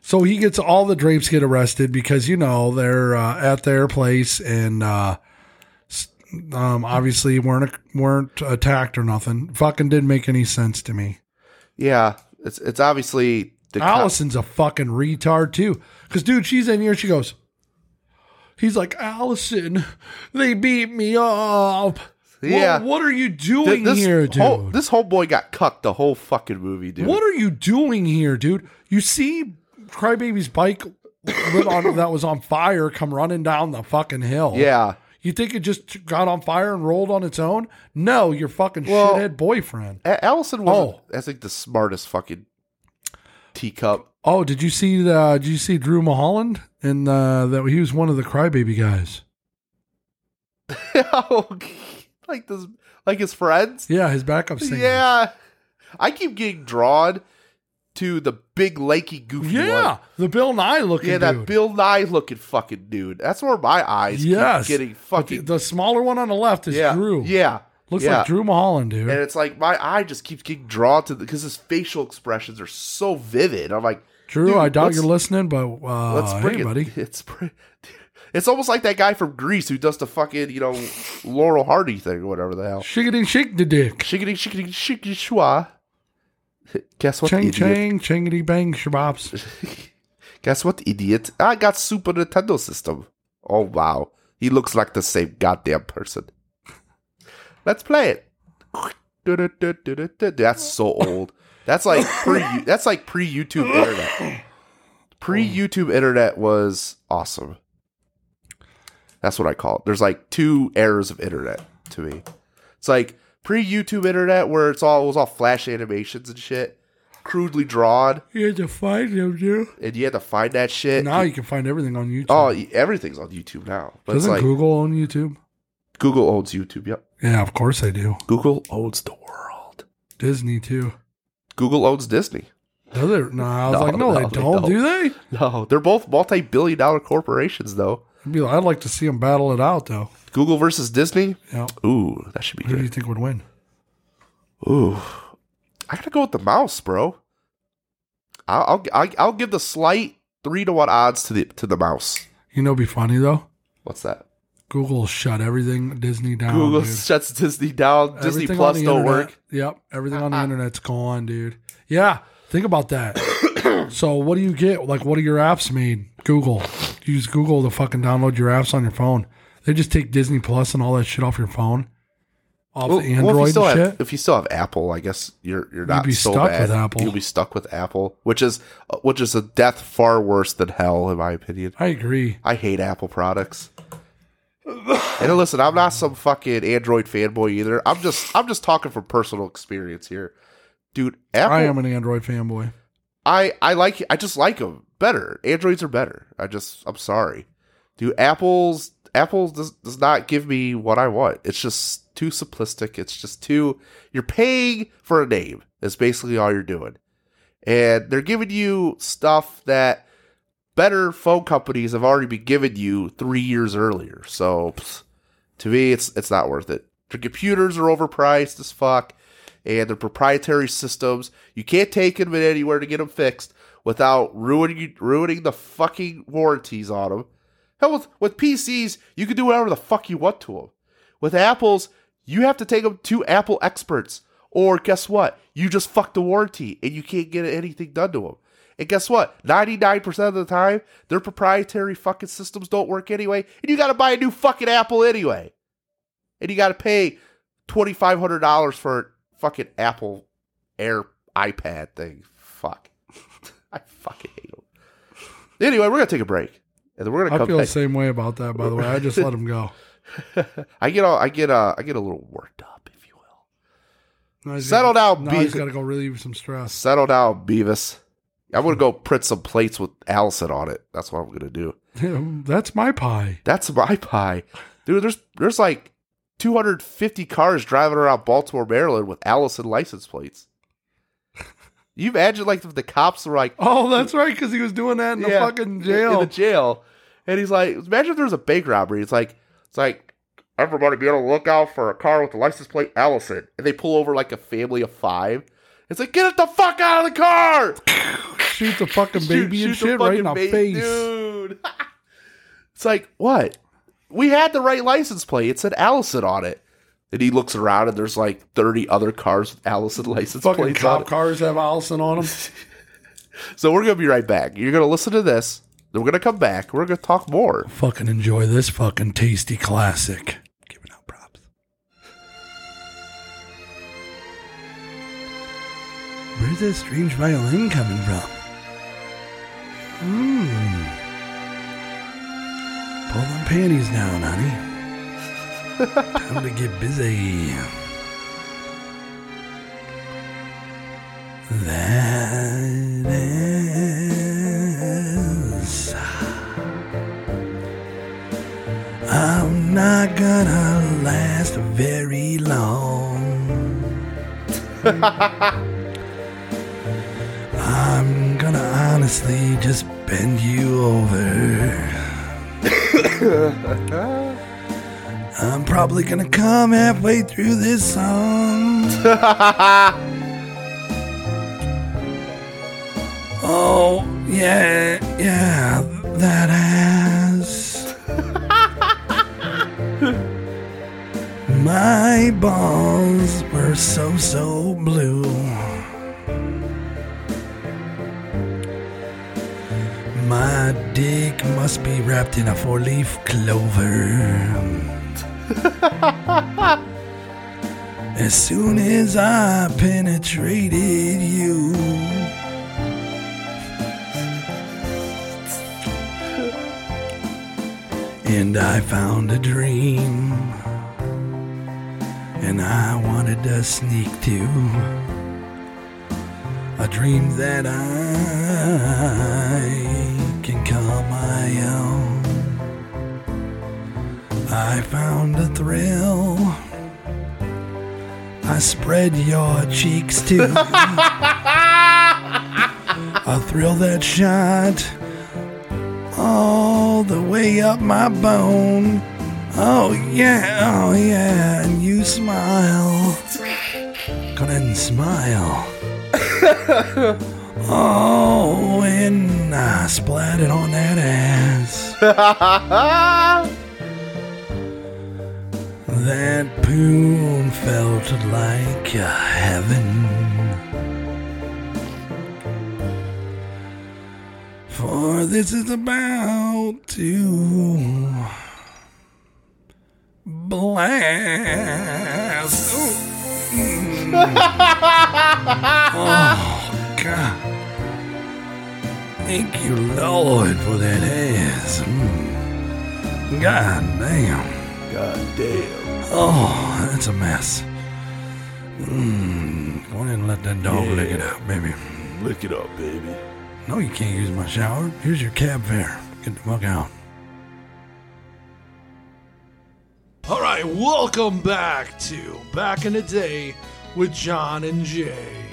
A: So he gets all the drapes get arrested because you know they're uh, at their place and uh, s- um, obviously weren't weren't attacked or nothing. Fucking didn't make any sense to me.
D: Yeah, it's it's obviously the cop-
A: Allison's a fucking retard too, because dude, she's in here. She goes, he's like Allison, they beat me up.
D: Yeah.
A: Well, what are you
D: Th-
A: doing
D: this
A: here, dude?
D: Whole, this whole boy got cucked the whole fucking movie, dude.
A: What are you doing here, dude? You see Crybaby's bike lit on, that was on fire come running down the fucking hill.
D: Yeah.
A: You think it just got on fire and rolled on its own? No, your fucking
D: Well-
A: shithead boyfriend.
D: A- Allison was
A: Oh.
D: that's like the smartest fucking teacup.
A: Oh, did you see the did you see Drew Mulholland and uh that he was one of the crybaby guys?
D: (laughs) like this like his friends.
A: Yeah, his backup singer.
D: Yeah. I keep getting drawn to the big lanky goofy
A: Yeah.
D: one.
A: The Bill Nye looking
D: Yeah, that
A: dude.
D: Bill Nye looking fucking dude. That's where my eyes
A: Yes.
D: keep getting fucking
A: the smaller one on the left is
D: yeah,
A: Drew.
D: Yeah.
A: Looks
D: yeah.
A: like Drew Mulholland, dude.
D: And it's like my eye just keeps getting drawn to the because his facial expressions are so vivid. I'm like,
A: Drew,
D: dude,
A: I doubt
D: let's-
A: you're listening, but uh
D: (laughs) Let's bring
A: hey,
D: it,
A: buddy.
D: It's pre- it's almost like that guy from Greece who does the fucking you know Laurel Hardy thing or whatever the hell.
A: Shiggity shake the dick.
D: Shiggity shiggity shiggity shwa. Guess what,
A: Chang
D: idiot?
A: chang, changity bang, shabops.
D: (laughs) Guess what, idiot? I got Super Nintendo system. Oh wow, he looks like the same goddamn person. (laughs) Let's play it. (laughs) That's so old. That's like pre. That's like pre YouTube internet. Pre YouTube internet was awesome. That's what I call it. There's like two eras of internet to me. It's like pre YouTube internet where it's all it was all flash animations and shit, crudely drawn,
A: You had to find him, dude.
D: and you had to find that shit.
A: Now you can find everything on YouTube.
D: Oh, y- everything's on YouTube now. But it's
A: Doesn't
D: like Google-,
A: Google own YouTube?
D: owns YouTube. Yep.
A: Yeah, of course they do.
D: Google owns the world.
A: Disney too.
D: Google owns Disney. (laughs)
A: Does it? No, I was
D: No,
A: like, no,
D: no,
A: they
D: they
A: don't,
D: don't.
A: do they?
D: No, they're both multi-billion dollar corporations, though.
A: I'd, be like, I'd like to see them battle it out, though.
D: Google versus Disney.
A: Yeah.
D: Ooh, that should be
A: Who do you
D: good.
A: think would win?
D: Ooh, I gotta go with the mouse, bro. I'll I'll, I'll, I'll give the slight three to one odds to the to the mouse.
A: You know, what'd be funny though.
D: What's that?
A: Google shut everything Disney down.
D: Google
A: dude.
D: shuts Disney down. Disney
A: Oh, Everything on
D: Plus
A: the
D: don't
A: internet-
D: work.
A: Yep, everything on the internet's gone, dude. Yeah, think about that. so, what do you get? Like, what are your apps made? Google. Use Google to fucking download your apps on your phone. They just take Disney Plus and all that shit off your phone, off the
D: Well, well, if you
A: Android
D: still
A: and
D: have
A: shit.
D: if you still have Apple, I guess you're you're not
A: be
D: so
A: stuck
D: bad.
A: with Apple.
D: You'll be stuck with Apple, which is uh, which is a death far worse than hell, in my opinion.
A: I agree.
D: I hate Apple products. and listen, I'm not some fucking Android fanboy either. I'm just I'm just talking from personal experience here, dude. Apple,
A: I am an Android fanboy.
D: I I like I just like them better. Androids are better. I just I'm sorry, dude. Apple's Apple does, does not give me what I want. It's just too simplistic. It's just too you're paying for a name. That's basically all you're doing, and they're giving you stuff that better phone companies have already been giving you three years earlier. So pfft, to me, it's it's not worth it. Their computers are overpriced as fuck and their proprietary systems. You can't take them anywhere to get them fixed without ruining ruining the fucking warranties on them. Hell, with, with PCs, you can do whatever the fuck you want to them. With Apples, You have to take them to Apple experts, or guess what? You just fuck the warranty and you can't get anything done to them. And guess what? 99% of the time, their proprietary fucking systems don't work anyway, and you got to buy a new fucking Apple anyway. And you got to pay $2,500 for a fucking Apple Air iPad thing. Fuck. (laughs) I fucking hate them. Anyway, we're going to take a break. And then we're going to
A: I
D: come
A: feel the
D: back.
A: same way about that. By the way, I just let him
D: (laughs)
A: go.
D: I get all I get uh I get a little worked up, if you will.
A: Now he's
D: Settle
A: gotta-
D: down,
A: Now
D: B.
A: he's got to go relieve some stress. (laughs)
D: Settle down, Beavis. I'm gonna go print some plates with Allison on it. That's what I'm gonna do.
A: That's my pie.
D: That's my (laughs) pie. Dude, there's there's like 250 cars driving around Baltimore, Maryland with Allison license plates. You imagine like if the cops were like
A: Oh, that's right, because he was doing that in the
D: Yeah,
A: fucking jail.
D: In the jail. And he's like, imagine if there was a bank robbery. It's like, it's like, everybody be on the lookout for a car with the license plate Allison. And they pull over like a family of five. It's like, get it the fuck out of the car!
A: shoot the fucking baby and
D: Shoot- shoot
A: shit right in the
D: fucking ba-
A: face. (laughs)
D: Dude. it's like, what? We had the right license plate. It said Allison on it. And he looks around and there's like 30 other cars with Allison license
A: Fucking
D: plates on
A: cop
D: it.
A: cars have Allison on them.
D: (laughs) So we're going to be right back. You're going to listen to this. Then we're going to come back. We're going to talk more. (laughs)
A: fucking enjoy this fucking tasty classic. Giving out props. Where's that strange violin coming from? Mmm. Pull them panties down, honey. (laughs) Time to get busy. That is. I'm not gonna last very long. I'm gonna honestly just bend you over. I'm probably gonna come halfway through this song. oh, yeah, yeah, that ass. My balls were so, so blue. My dick must be wrapped in a four leaf clover. as soon as I penetrated you. And I found a dream and I wanted to sneak to a dream that I can call my own. I found a thrill. I spread your cheeks too. a thrill that shot all the way up my bone. Oh yeah, oh yeah, and you smile. Go ahead and smile. oh, and I splatted on that ass. that poon felt like a heaven. For this is about to blast. Ooh. Mm. oh, God. Thank you, Lord, for that ass. Mm. God damn.
D: God damn.
A: Oh, that's a mess. Mm. Go ahead and let that dog lick it out, baby.
D: Lick it up, baby.
A: No, you can't use my shower. Here's your cab fare. Get the fuck out. All right, welcome back to Back in the Day with John and Jay.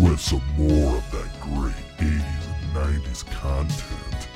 C: With some more of that great 80s and 90s content.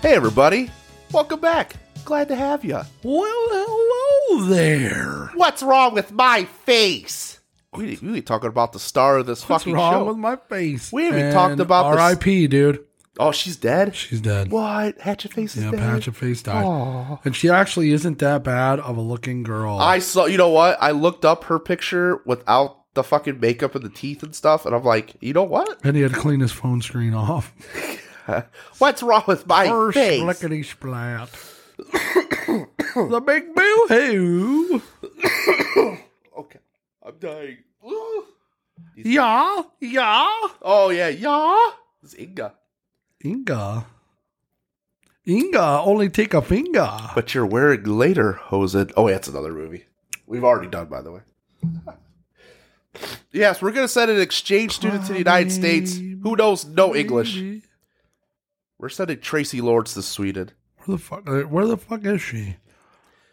D: Hey, everybody. Welcome back. Glad to have you.
A: Well, hello there.
D: What's wrong with my face? We, we were talking about the star of this
A: What's
D: fucking
A: wrong
D: show.
A: with my face?
D: We haven't talked about this-
A: RIP, dude.
D: Oh, she's dead.
A: She's dead.
D: What? Hatchet face is
A: yeah,
D: dead.
A: Patch Face died.
D: Aw.
A: And she actually isn't that bad of a looking girl.
D: I saw. You know what? I looked up her picture without the fucking makeup and the teeth and stuff, and I'm like, you know what?
A: and he had to clean his phone screen off.
D: What's wrong with my
A: First
D: face?
A: lickety splat. (coughs) the big boo hoo.
D: (coughs) okay, I'm dying. (coughs) Ooh.
A: Yeah, yeah.
D: Oh yeah, yeah. It's Inga.
A: Inga. Inga, only take a finger.
D: But you're wearing later, Hosen. Oh, yeah, it's another movie. We've already done, by the way. (coughs) yes, we're gonna send an exchange student to the United States who knows no English.
A: Where
D: We're sending Tracy Lords to Sweden.
A: the fuck? uh, Where the fuck is she?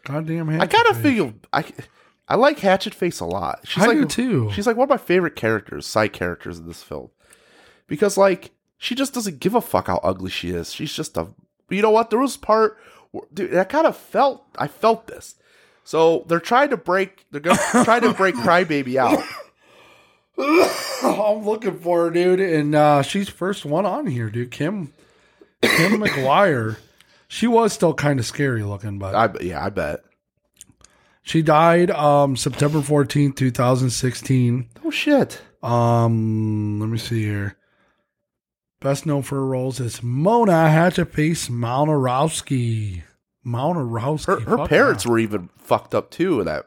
A: Goddamn.
D: I kind of
A: Hatchetface.
D: feel I, I like Hatchet Face a lot. She's
A: I
D: like
A: do too.
D: She's like one of my favorite characters, side characters in this film, because like she just doesn't give a fuck how ugly she is. She's just a. You know what? There was part, where- dude. I kind of felt. I felt this. So they're trying to break.
A: (laughs)
D: They're going to try to break Crybaby out.
A: (coughs) I'm looking for her, dude, and uh, she's first one on here, dude. Kim,
D: (coughs)
A: Kim McGuire. She was still kind of scary looking, but
D: I yeah, I bet.
A: she died um, September 14, 2016.
D: Oh shit.
A: Um, let me see here. Best known for her roles is Mona Hatchaface Malnorowski.
D: Her
A: Malnorowski.
D: her
A: fuck
D: parents
A: yeah.
D: were even fucked up too. in That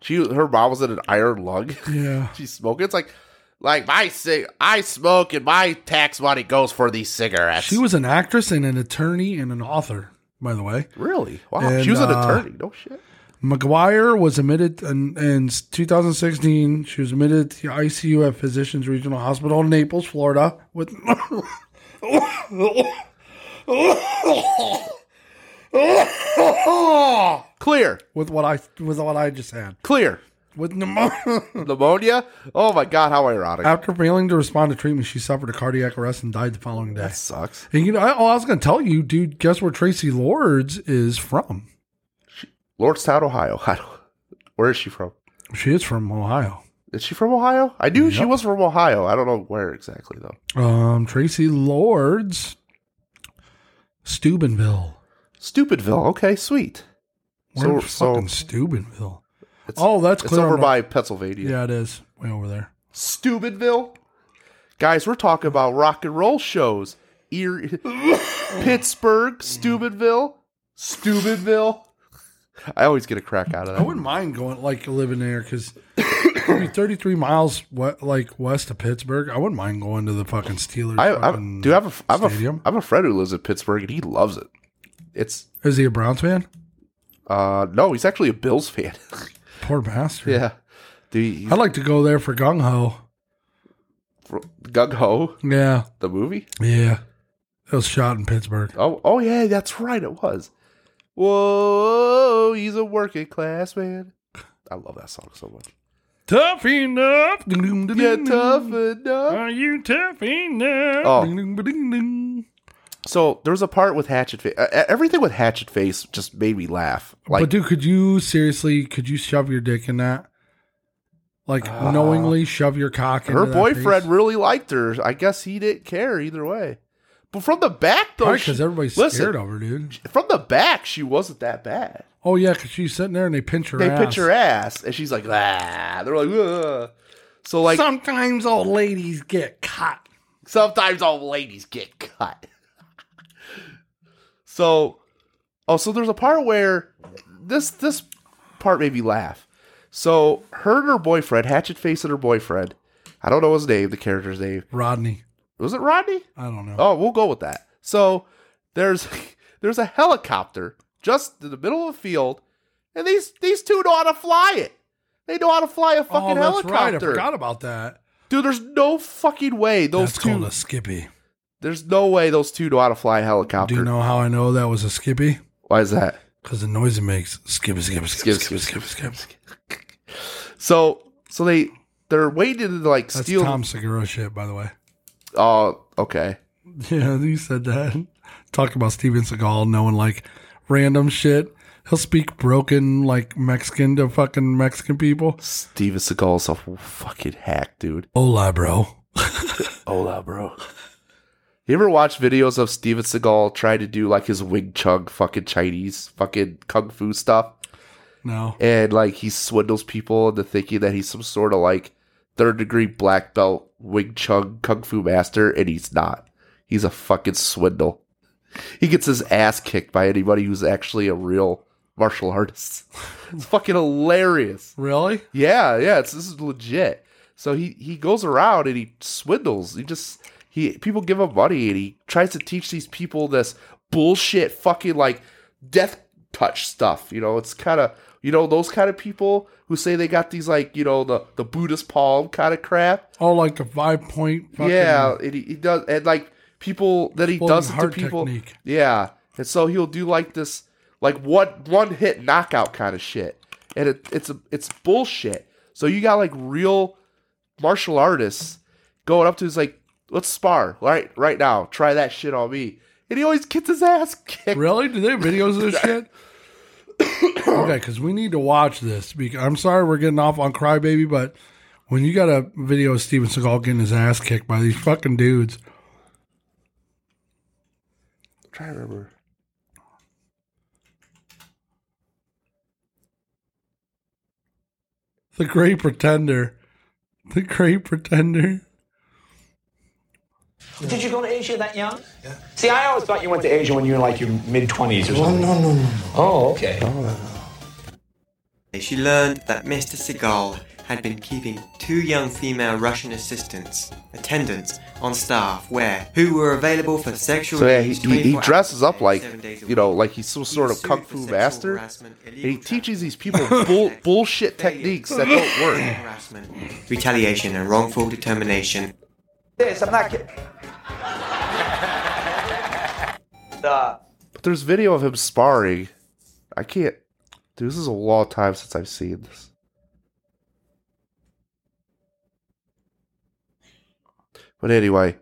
D: she her mom was in an iron lung. (laughs)
A: Yeah.
D: She's smoking. It's like, like my cig- I smoke and my tax money goes for these cigarettes.
A: She was an actress and an attorney and an author, by the way.
D: really wow.
A: And,
D: she was an
A: uh,
D: attorney. No shit.
A: McGuire was admitted in, in 2016. She was admitted to the ICU at Physicians Regional Hospital in Naples, Florida, with. (laughs)
D: Clear,
A: With what I with what I just had
D: clear.
A: with (laughs) pneumonia.
D: Pneumonia. Oh my god, how ironic.
A: After failing to respond to treatment, she suffered a cardiac arrest and died the following day.
D: that sucks.
A: And you know, I, oh, I was going to tell you, dude. Guess where Tracy Lords is from?
D: Lordstown, Ohio. I don't, where is she from?
A: She is from Ohio.
D: Is she from Ohio? I knew she
A: Yep.
D: was from Ohio. I don't know where exactly though.
A: Um, Tracy Lords, Steubenville.
D: Stupidville. Okay, sweet.
A: Where
D: So-
A: fucking
D: so-
A: Steubenville?
D: It's,
A: Oh, that's
D: it's
A: clear
D: over
A: on the-
D: by Pennsylvania.
A: Yeah, it is way over there.
D: Stupidville. Guys, we're talking about rock and roll shows. Erie,
A: (coughs)
D: Pittsburgh, Stupidville, Stupidville. I always get a crack out of
A: I
D: that.
A: wouldn't mind going like living there because be 33 miles we- like west of Pittsburgh. I wouldn't mind going to the fucking Steelers.
D: I, I,
A: fucking
D: dude, I have, a, I, have a,
A: stadium.
D: I have a friend who lives in Pittsburgh and he loves it. It's
A: Is he a Browns fan?
D: uh no, he's actually a Bills fan. (laughs)
A: Poor bastard.
D: yeah, dude, he's
A: I'd like to go there for gung ho.
D: Gung Ho
A: Yeah,
D: the movie.
A: yeah. It was shot in Pittsburgh.
D: Oh, oh yeah, that's right, it was. Whoa, he's a working class man. I love that song so much.
A: Tough enough. Ding, ding, ding,
D: Yeah,
A: ding.
D: tough enough.
A: Are you tough enough?
D: Oh.
A: Ding, ding, ding, ding.
D: So there was a part with Hatchet Face. Uh, everything with Hatchet Face just made me laugh. Like,
A: but dude, could you seriously? Could you shove your dick in that? Like knowingly shove your cock in
D: Ah. her boyfriend really liked her. I guess he didn't care either way. But from the back, though,
A: because
D: she-
A: everybody's
D: listen,
A: scared of her, dude.
D: From the back, she wasn't that bad.
A: Oh yeah, because she's sitting there and they pinch her.
D: They
A: ass.
D: pinch her ass, and she's like, ah. They're like, Ugh. so like
A: Sometimes old ladies get caught.
D: sometimes all ladies get cut. (laughs) so, oh, so there's a part where this this part made me laugh. So her and her boyfriend, Hatchet Face and her boyfriend, I don't know his name, the character's name.
A: Rodney,
D: Was it Rodney?
A: I don't know.
D: Oh, we'll go with that. So there's (laughs) there's a helicopter just in the middle of a field, and these these two know how to fly it. They know how to fly a
A: Oh,
D: fucking
A: that's right. I
D: helicopter.
A: forgot about that.
D: Dude, there's no fucking way those
A: that's
D: two
A: called a skippy.
D: there's no way those two know how to fly a helicopter.
A: Do you know how I know that was a skippy?
D: Why is that?
A: Because the noise it makes. Skip, skip, skip, skip, skip, skip. skip.
D: So so they they're waiting to like
A: That's
D: steal.
A: Tom Segura shit, by the way. (laughs)
D: Oh, okay.
A: Yeah, you said that. Talk about Steven Seagal knowing like random shit. He'll speak broken like Mexican to fucking Mexican people.
D: Steven Seagal's a fucking hack, dude.
A: Hola, bro.
D: Hola, bro. You ever watch videos of Steven Seagal try to do like his Wing Chun fucking Chinese fucking kung fu stuff?
A: No.
D: and like he swindles people into thinking that he's some sort of like third degree black belt Wing Chun kung fu master, and he's not. He's a fucking swindle. He gets his ass kicked by anybody who's actually a real martial artist. (laughs) It's fucking hilarious.
A: Really?
D: Yeah, yeah, it's, this is legit. So he he goes around and he swindles. He just he people give him money and he tries to teach these people this bullshit fucking like death touch stuff. You know, it's kind of you know those kind of people who say they got these like you know the the Buddhist palm kind of crap.
A: Oh, like the five point. Fucking,
D: yeah, and he, he does and like people that he
A: Full
D: does it to
A: heart
D: people.
A: technique.
D: Yeah, and so he'll do like this like one one hit knockout kind of shit, and it, it's a, it's bullshit. So you got like real martial artists going up to his like, let's spar right right now. Try that shit on me, and he always gets his ass (laughs) kicked.
A: Really? Do they have videos of this shit? okay, because we need to watch this. Because I'm sorry we're getting off on Crybaby, but when you got a video of Steven Seagal getting his ass kicked by these fucking dudes,
D: Try to remember.
A: the great pretender, the great pretender.
F: Did you go to Asia that young? Yeah. See, I always thought you went to Asia when you were like your mid 20s or something. No, no, no, Oh, okay.
G: She learned that Mr. Seagal had been keeping two young female Russian assistants, attendants, on staff where who were available for sexual.
D: So yeah, he,
G: use
D: he, he
G: 24 hours
D: dresses
G: a
D: up
G: day,
D: like
G: seven days a
D: you know
G: week.
D: like he's some
G: He
D: sort
G: was
D: of
G: sued
D: kung
G: for
D: fu
G: sexual
D: master, and
G: harassment,
D: he
G: illegal
D: teaches these
G: trafficking,
D: people
G: (laughs)
D: bull,
G: sex,
D: bullshit
G: failure,
D: techniques
G: (coughs)
D: that don't
G: (clears throat)
D: work.
G: Harassment, retaliation, and wrongful determination.
F: This, I'm not kidding. uh,
D: But there's video of him sparring. I can't. Dude, this is a long time since I've seen this. But anyway,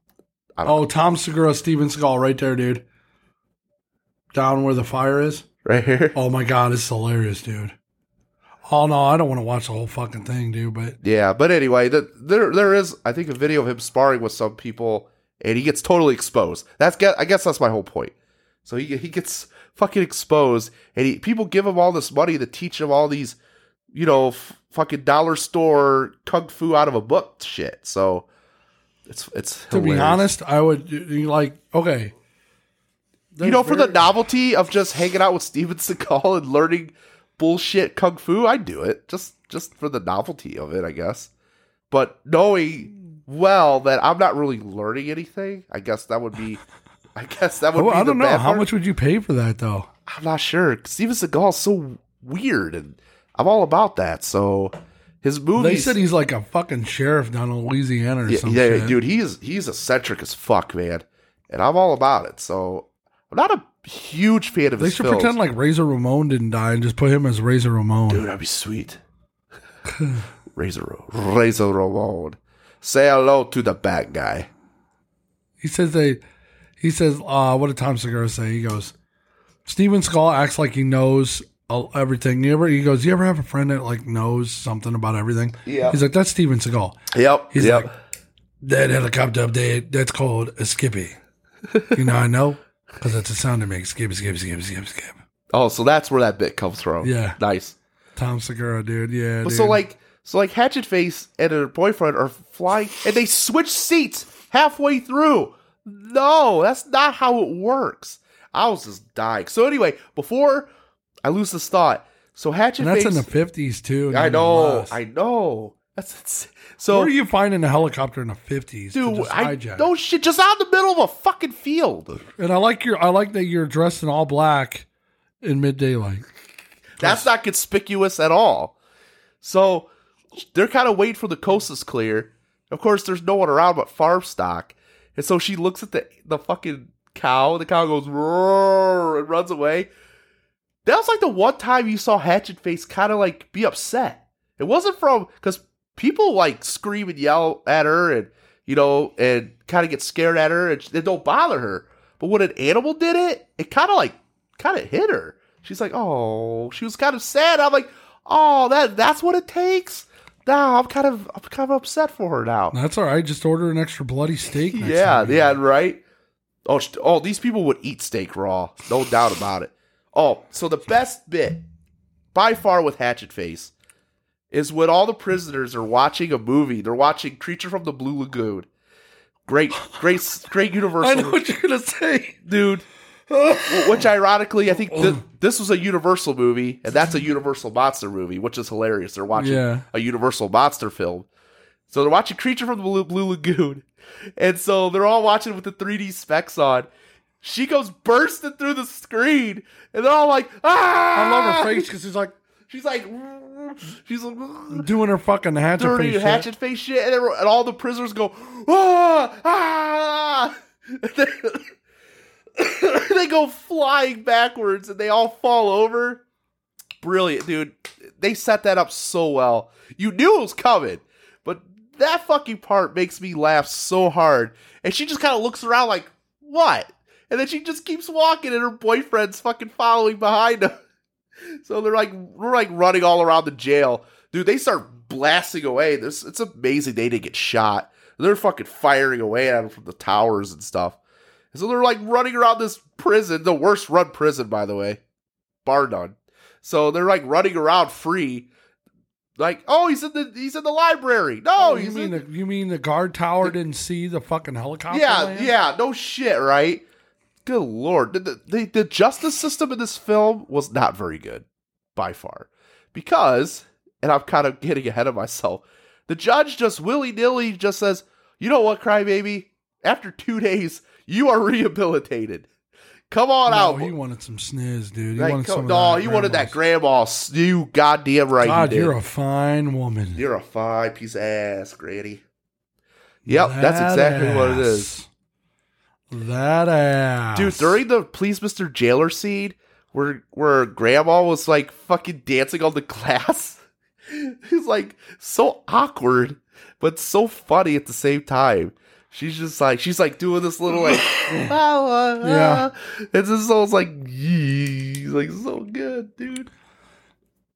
D: (laughs)
A: Oh, Tom Segura, Steven Seagal, right there, dude. Down where the fire is.
D: right here.
A: Oh my god, it's hilarious, dude. Oh no, I don't want to watch the whole fucking thing, dude. But
D: Yeah, but anyway, the, there there is I think a video of him sparring with some people, and he gets totally exposed. That's get I guess that's my whole point. So he he gets fucking exposed, and he, people give him all this money to teach him all these, you know, f- fucking dollar store kung fu out of a book shit. So it's it's
A: to be
D: hilarious.
A: honest, I would you like okay.
D: you know, for the
A: There's very-
D: novelty of just hanging out with Steven (laughs) Seagal and learning bullshit kung fu, I'd do it just just for the novelty of it, I guess. But knowing well that I'm not really learning anything, I guess that
A: (laughs)
D: would be, I guess that would.
A: Oh,
D: be
A: I
D: the
A: don't know
D: bad
A: how
D: part.
A: much would you pay for that though.
D: I'm not sure. Steven Seagal's so weird, and I'm all about that. So his movies.
A: They said he's like a fucking sheriff down in Louisiana or
D: yeah,
A: something.
D: yeah,
A: shit.
D: dude, he's he's eccentric as fuck, man, and I'm all about it. So I'm not a huge fan of
A: They
D: his
A: should
D: films.
A: pretend like Razor Ramon didn't die and just put him as Razor Ramon.
D: Dude, that'd
A: (laughs)
D: be sweet. Razor, Ro- Razor Ramon. Say hello to the bad guy.
A: He says they. He says, uh, "What did Tom Segura say?" He goes, "Steven Skull acts like he knows all- everything. You ever?" He goes, "You ever have a friend that like knows something about everything?" Yeah. He's like, "That's Steven Seagal."
D: Yep.
A: He's
D: yep.
A: like, "That helicopter up there, that's called a skippy." you know, I know because that's the sound it makes. Skip, skip, skip, skip, skip.
D: oh, so that's where that bit comes from.
A: Yeah.
D: Nice.
A: Tom Segura, dude. Yeah.
D: But so
A: dude.
D: like so like Hatchet Face and her boyfriend are flying and they switch seats halfway through. No, that's not how it works. I was just dying. So anyway, before I lose this thought, so Hatchet
A: and that's in
D: Face
A: the fifties too.
D: I know,
A: nonetheless.
D: I know. That's, that's so
A: Where are you finding a helicopter in the fifties?
D: dude, I
A: hijack?
D: no shit, just out in the middle of a fucking field.
A: And I like your I like that you're dressed in all black in mid daylight.
D: That's not conspicuous at all. So they're kind of waiting for the coast is clear. Of course, there's no one around but farm stock, and so she looks at the the fucking cow. The cow goes roar and runs away. That was like the one time you saw Hatchet Face kind of like be upset. It wasn't from because people like scream and yell at her and you know and kind of get scared at her and it don't bother her. But when an animal did it, it kind of like kind of hit her. She's like, oh, she was kind of sad. I'm like, oh, that that's what it takes. No, I'm kind of I'm kind of upset for her now.
A: That's all right. Just order an extra bloody steak. Next
D: yeah,
A: time you
D: yeah,
A: go.
D: right. Oh, sh- oh, these people would eat steak raw, no doubt about it. Oh, so the best bit, by far, with Hatchet Face, is when all the prisoners are watching a movie. They're watching Creature from the Blue Lagoon. Great, great, great
A: (laughs) I
D: Universal
A: know what you're gonna say.
D: dude. Wh- which ironically, I think
A: Oh.
D: th- this was a Universal movie, and that's a Universal monster movie, which is hilarious. They're watching
A: Yeah.
D: a Universal monster film, so they're watching Creature from the Blue, Blue Lagoon, and so they're all watching with the 3D specs on. She goes bursting through the screen, and they're all like, "Ah!"
A: I love her face because she's like
D: She's like, "Mm." she's like,
A: doing her fucking hatchet
D: dirty
A: face. shit.
D: hatchet face shit, and, everyone, and all the prisoners go, ah, ah. (laughs) They, (coughs) they go flying backwards, and they all fall over. Brilliant, dude. They set that up so well. You knew it was coming, but that fucking part makes me laugh so hard. And she just kind of looks around like, what? And then she just keeps walking, and her boyfriend's fucking following behind her. So they're like we're like running all around the jail. Dude, they start blasting away. This it's amazing they didn't get shot. They're fucking firing away at them from the towers and stuff. And so they're like running around this prison, the worst run prison, by the way. Bar none. So they're like running around free. Like, oh, he's in the he's in the library. No,
A: you
D: Oh, he's
A: mean
D: in
A: the, you mean the guard tower didn't see the fucking helicopter?
D: yeah,
A: land?
D: yeah, no shit, right? Good lord, the, the- the the justice system in this film was not very good, by far, because, and I'm kind of getting ahead of myself. The judge just willy nilly just says, "You know what, crybaby? After two days, you are rehabilitated. Come on
A: No,
D: out."
A: he wanted some sniz, dude. He
D: Like,
A: wanted
D: come-
A: some. of
D: no, you wanted that
A: grandma's.
D: grandma. s- You goddamn right.
A: God,
D: you did.
A: you're a fine woman.
D: You're a fine piece of ass, Granny. Yep, that's exactly what it is.
A: is. That ass,
D: Dude, during the Please Mr. Jailer scene where where grandma was like fucking dancing on the glass. It's like so awkward, but so funny at the same time. She's just like she's like doing this little like ah,
A: Yeah.
D: yeah. It's just so it's like yee, like so good, dude.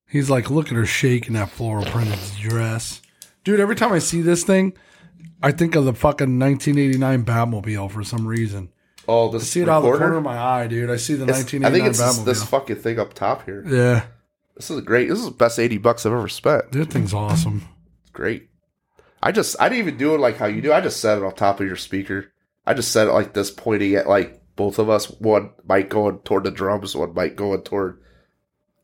A: He's like, look at her shaking that floral printed dress. Dude, every time I see this thing, I think of the fucking 1989 Batmobile for some reason.
D: Oh, this
A: I see it out of the corner of my eye, dude. I see the
D: It's- I
A: 1989
D: think it's this,
A: Batmobile.
D: this fucking thing up top here.
A: yeah,
D: This is great. This is the best eighty bucks I've ever spent.
A: that thing's awesome.
D: great. I just I didn't even do it like how you do. I just set it on top of your speaker. I just set it like this, pointing at like both of us. One mic going toward the drums, one mic going toward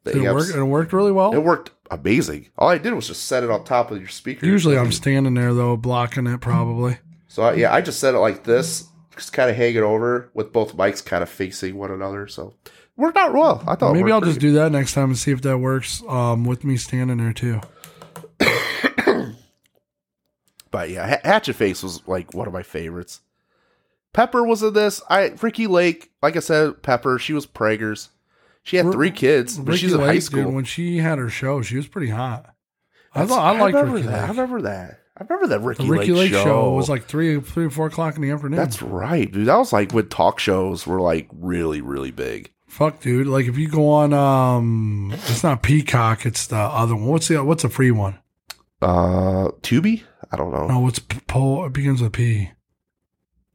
D: the
A: Did it work?
D: amps.
A: It worked really well.
D: It worked amazing. All I did was just set it on top of your speaker.
A: Usually I'm standing there though, blocking it probably.
D: so I, yeah, I just set it like this, just kind of hanging over with both mics kind of facing one another. So it Oh, worked out well. I thought
A: Maybe I'll just do that next time and see if that works. Um, with me standing there too.
D: But yeah, Ha- Hatchet Face was like one of my favorites. Pepper was in this. I Ricky Lake, like I said, Pepper. She was Prager's. She had
A: R-
D: three kids, but
A: Ricky
D: she's in high
A: Lake,
D: school.
A: dude, when she had her show, she was pretty hot. I
D: That's-
A: thought I liked
D: remember
A: Ricky
D: that. I
A: Lake.
D: remember that. I remember that Ricky,
A: The Ricky Lake, show. was
D: like
A: like three, three or four o'clock in the afternoon.
D: that's right, dude. That was like when talk shows were like really, really big.
A: fuck, dude. Like if you go on, um, it's not Peacock, it's the other one. What's the what's the free one?
D: Uh, Tubi. I don't know.
A: No, what's P- Pol? It begins with P.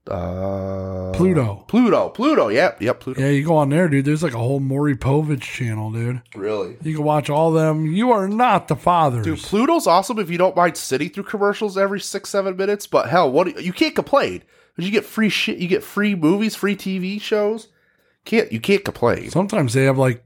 D: Uh,
A: Pluto.
D: Pluto. Pluto. Yep. Yep. Pluto.
A: Yeah, you go on there, dude. There's like a whole Maury Povich channel, dude.
D: Really.
A: You can watch all them. You are not the fathers.
D: Dude, Pluto's awesome if you don't mind sitting through commercials every six, seven minutes. But hell, what you can't complain. 'Cause you get free shit, you get free movies, free TV shows. Can't you can't complain?
A: Sometimes they have like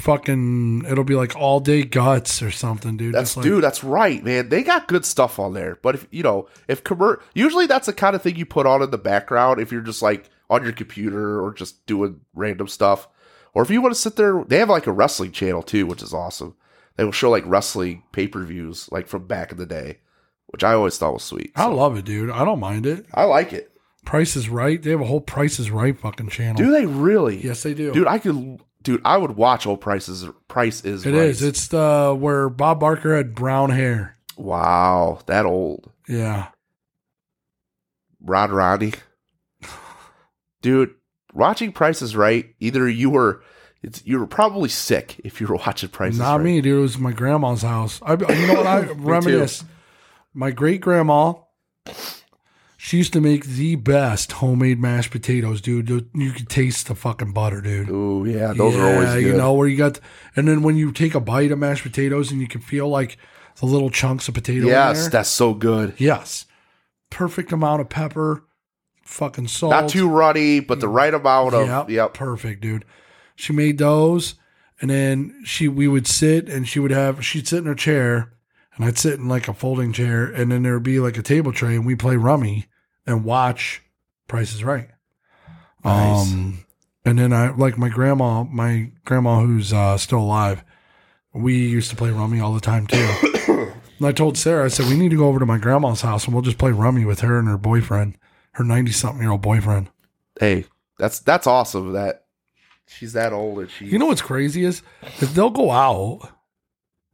A: fucking. It'll be like all day guts or something, dude.
D: That's
A: Just like,
D: dude, that's right, man. They got good stuff on there. But if you know, if commer- usually that's the kind of thing you put on in the background if you're just like on your computer or just doing random stuff. Or if you want to sit there, they have like a wrestling channel too, which is awesome. They will show like wrestling pay per views like from back in the day, which I always thought was sweet.
A: I
D: So,
A: love it, dude. I don't mind it.
D: I like it.
A: Price is Right. They have a whole Price is Right fucking channel.
D: Do they really?
A: Oh. Yes, they do.
D: dude. I could, dude. I would watch old prices. Price is
A: It
D: Right.
A: is. It's the where Bob Barker had brown hair.
D: wow, that old
A: Yeah. (sighs)
D: Rod Roddy, dude. Watching Price is Right. Either you were It's, you were probably sick if you were watching prices.
A: Not me, dude. It was my grandma's house. I, you know what?
D: (laughs)
A: I (laughs) reminisce. My great grandma, she used to make the best homemade mashed potatoes, dude. You- You could taste the fucking butter, dude.
D: Oh yeah, those are always
A: Yeah,
D: good.
A: You know where you got, and then when you take a bite of mashed potatoes and you can feel like the little chunks of potato. in
D: yes,
A: there.
D: that's so good.
A: yes, perfect amount of pepper, fucking salt.
D: Not too runny, but the right amount of
A: Yep,
D: yep.
A: perfect, dude. She made those, and then she we would sit, and she would have she'd sit in her chair, and I'd sit in like a folding chair, and then there would be like a table tray, and we would play rummy and watch Price is Right.
D: Nice.
A: Um, and then I like my grandma, my grandma who's uh, still alive. We used to play rummy all the time
D: (coughs)
A: too. and I told Sarah, I said we need to go over to my grandma's house and we'll just play rummy with her and her boyfriend, her ninety-something-year-old boyfriend.
D: Hey, that's that's awesome. That she's that old and she.
A: You know what's crazy is if they'll go out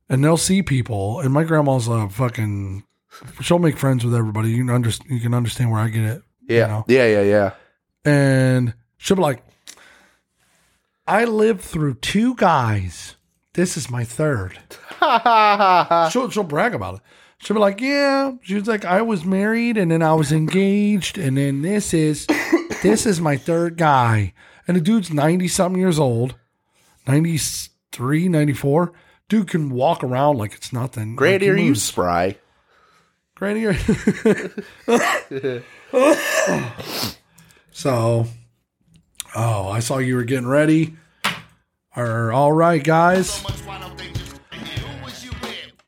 A: and they'll see people, and my grandma's a fucking, she'll make friends with everybody. You can, under, you can understand where I get it.
D: yeah,
A: know.
D: yeah, yeah, yeah.
A: And she'll be like, I lived through two guys. This is my third. she'll, she'll brag about it. She'll be like, Yeah. She was like, I was married and then I was engaged. And then this is, this is my third guy. And the dude's 90 something years old, 93, 94. Dude can walk around like it's nothing.
D: Granny,
A: Like,
D: are
A: he
D: you
A: moves.
D: spry?
A: Granny, are (laughs) so, oh, I saw you were getting ready. Are all right, guys?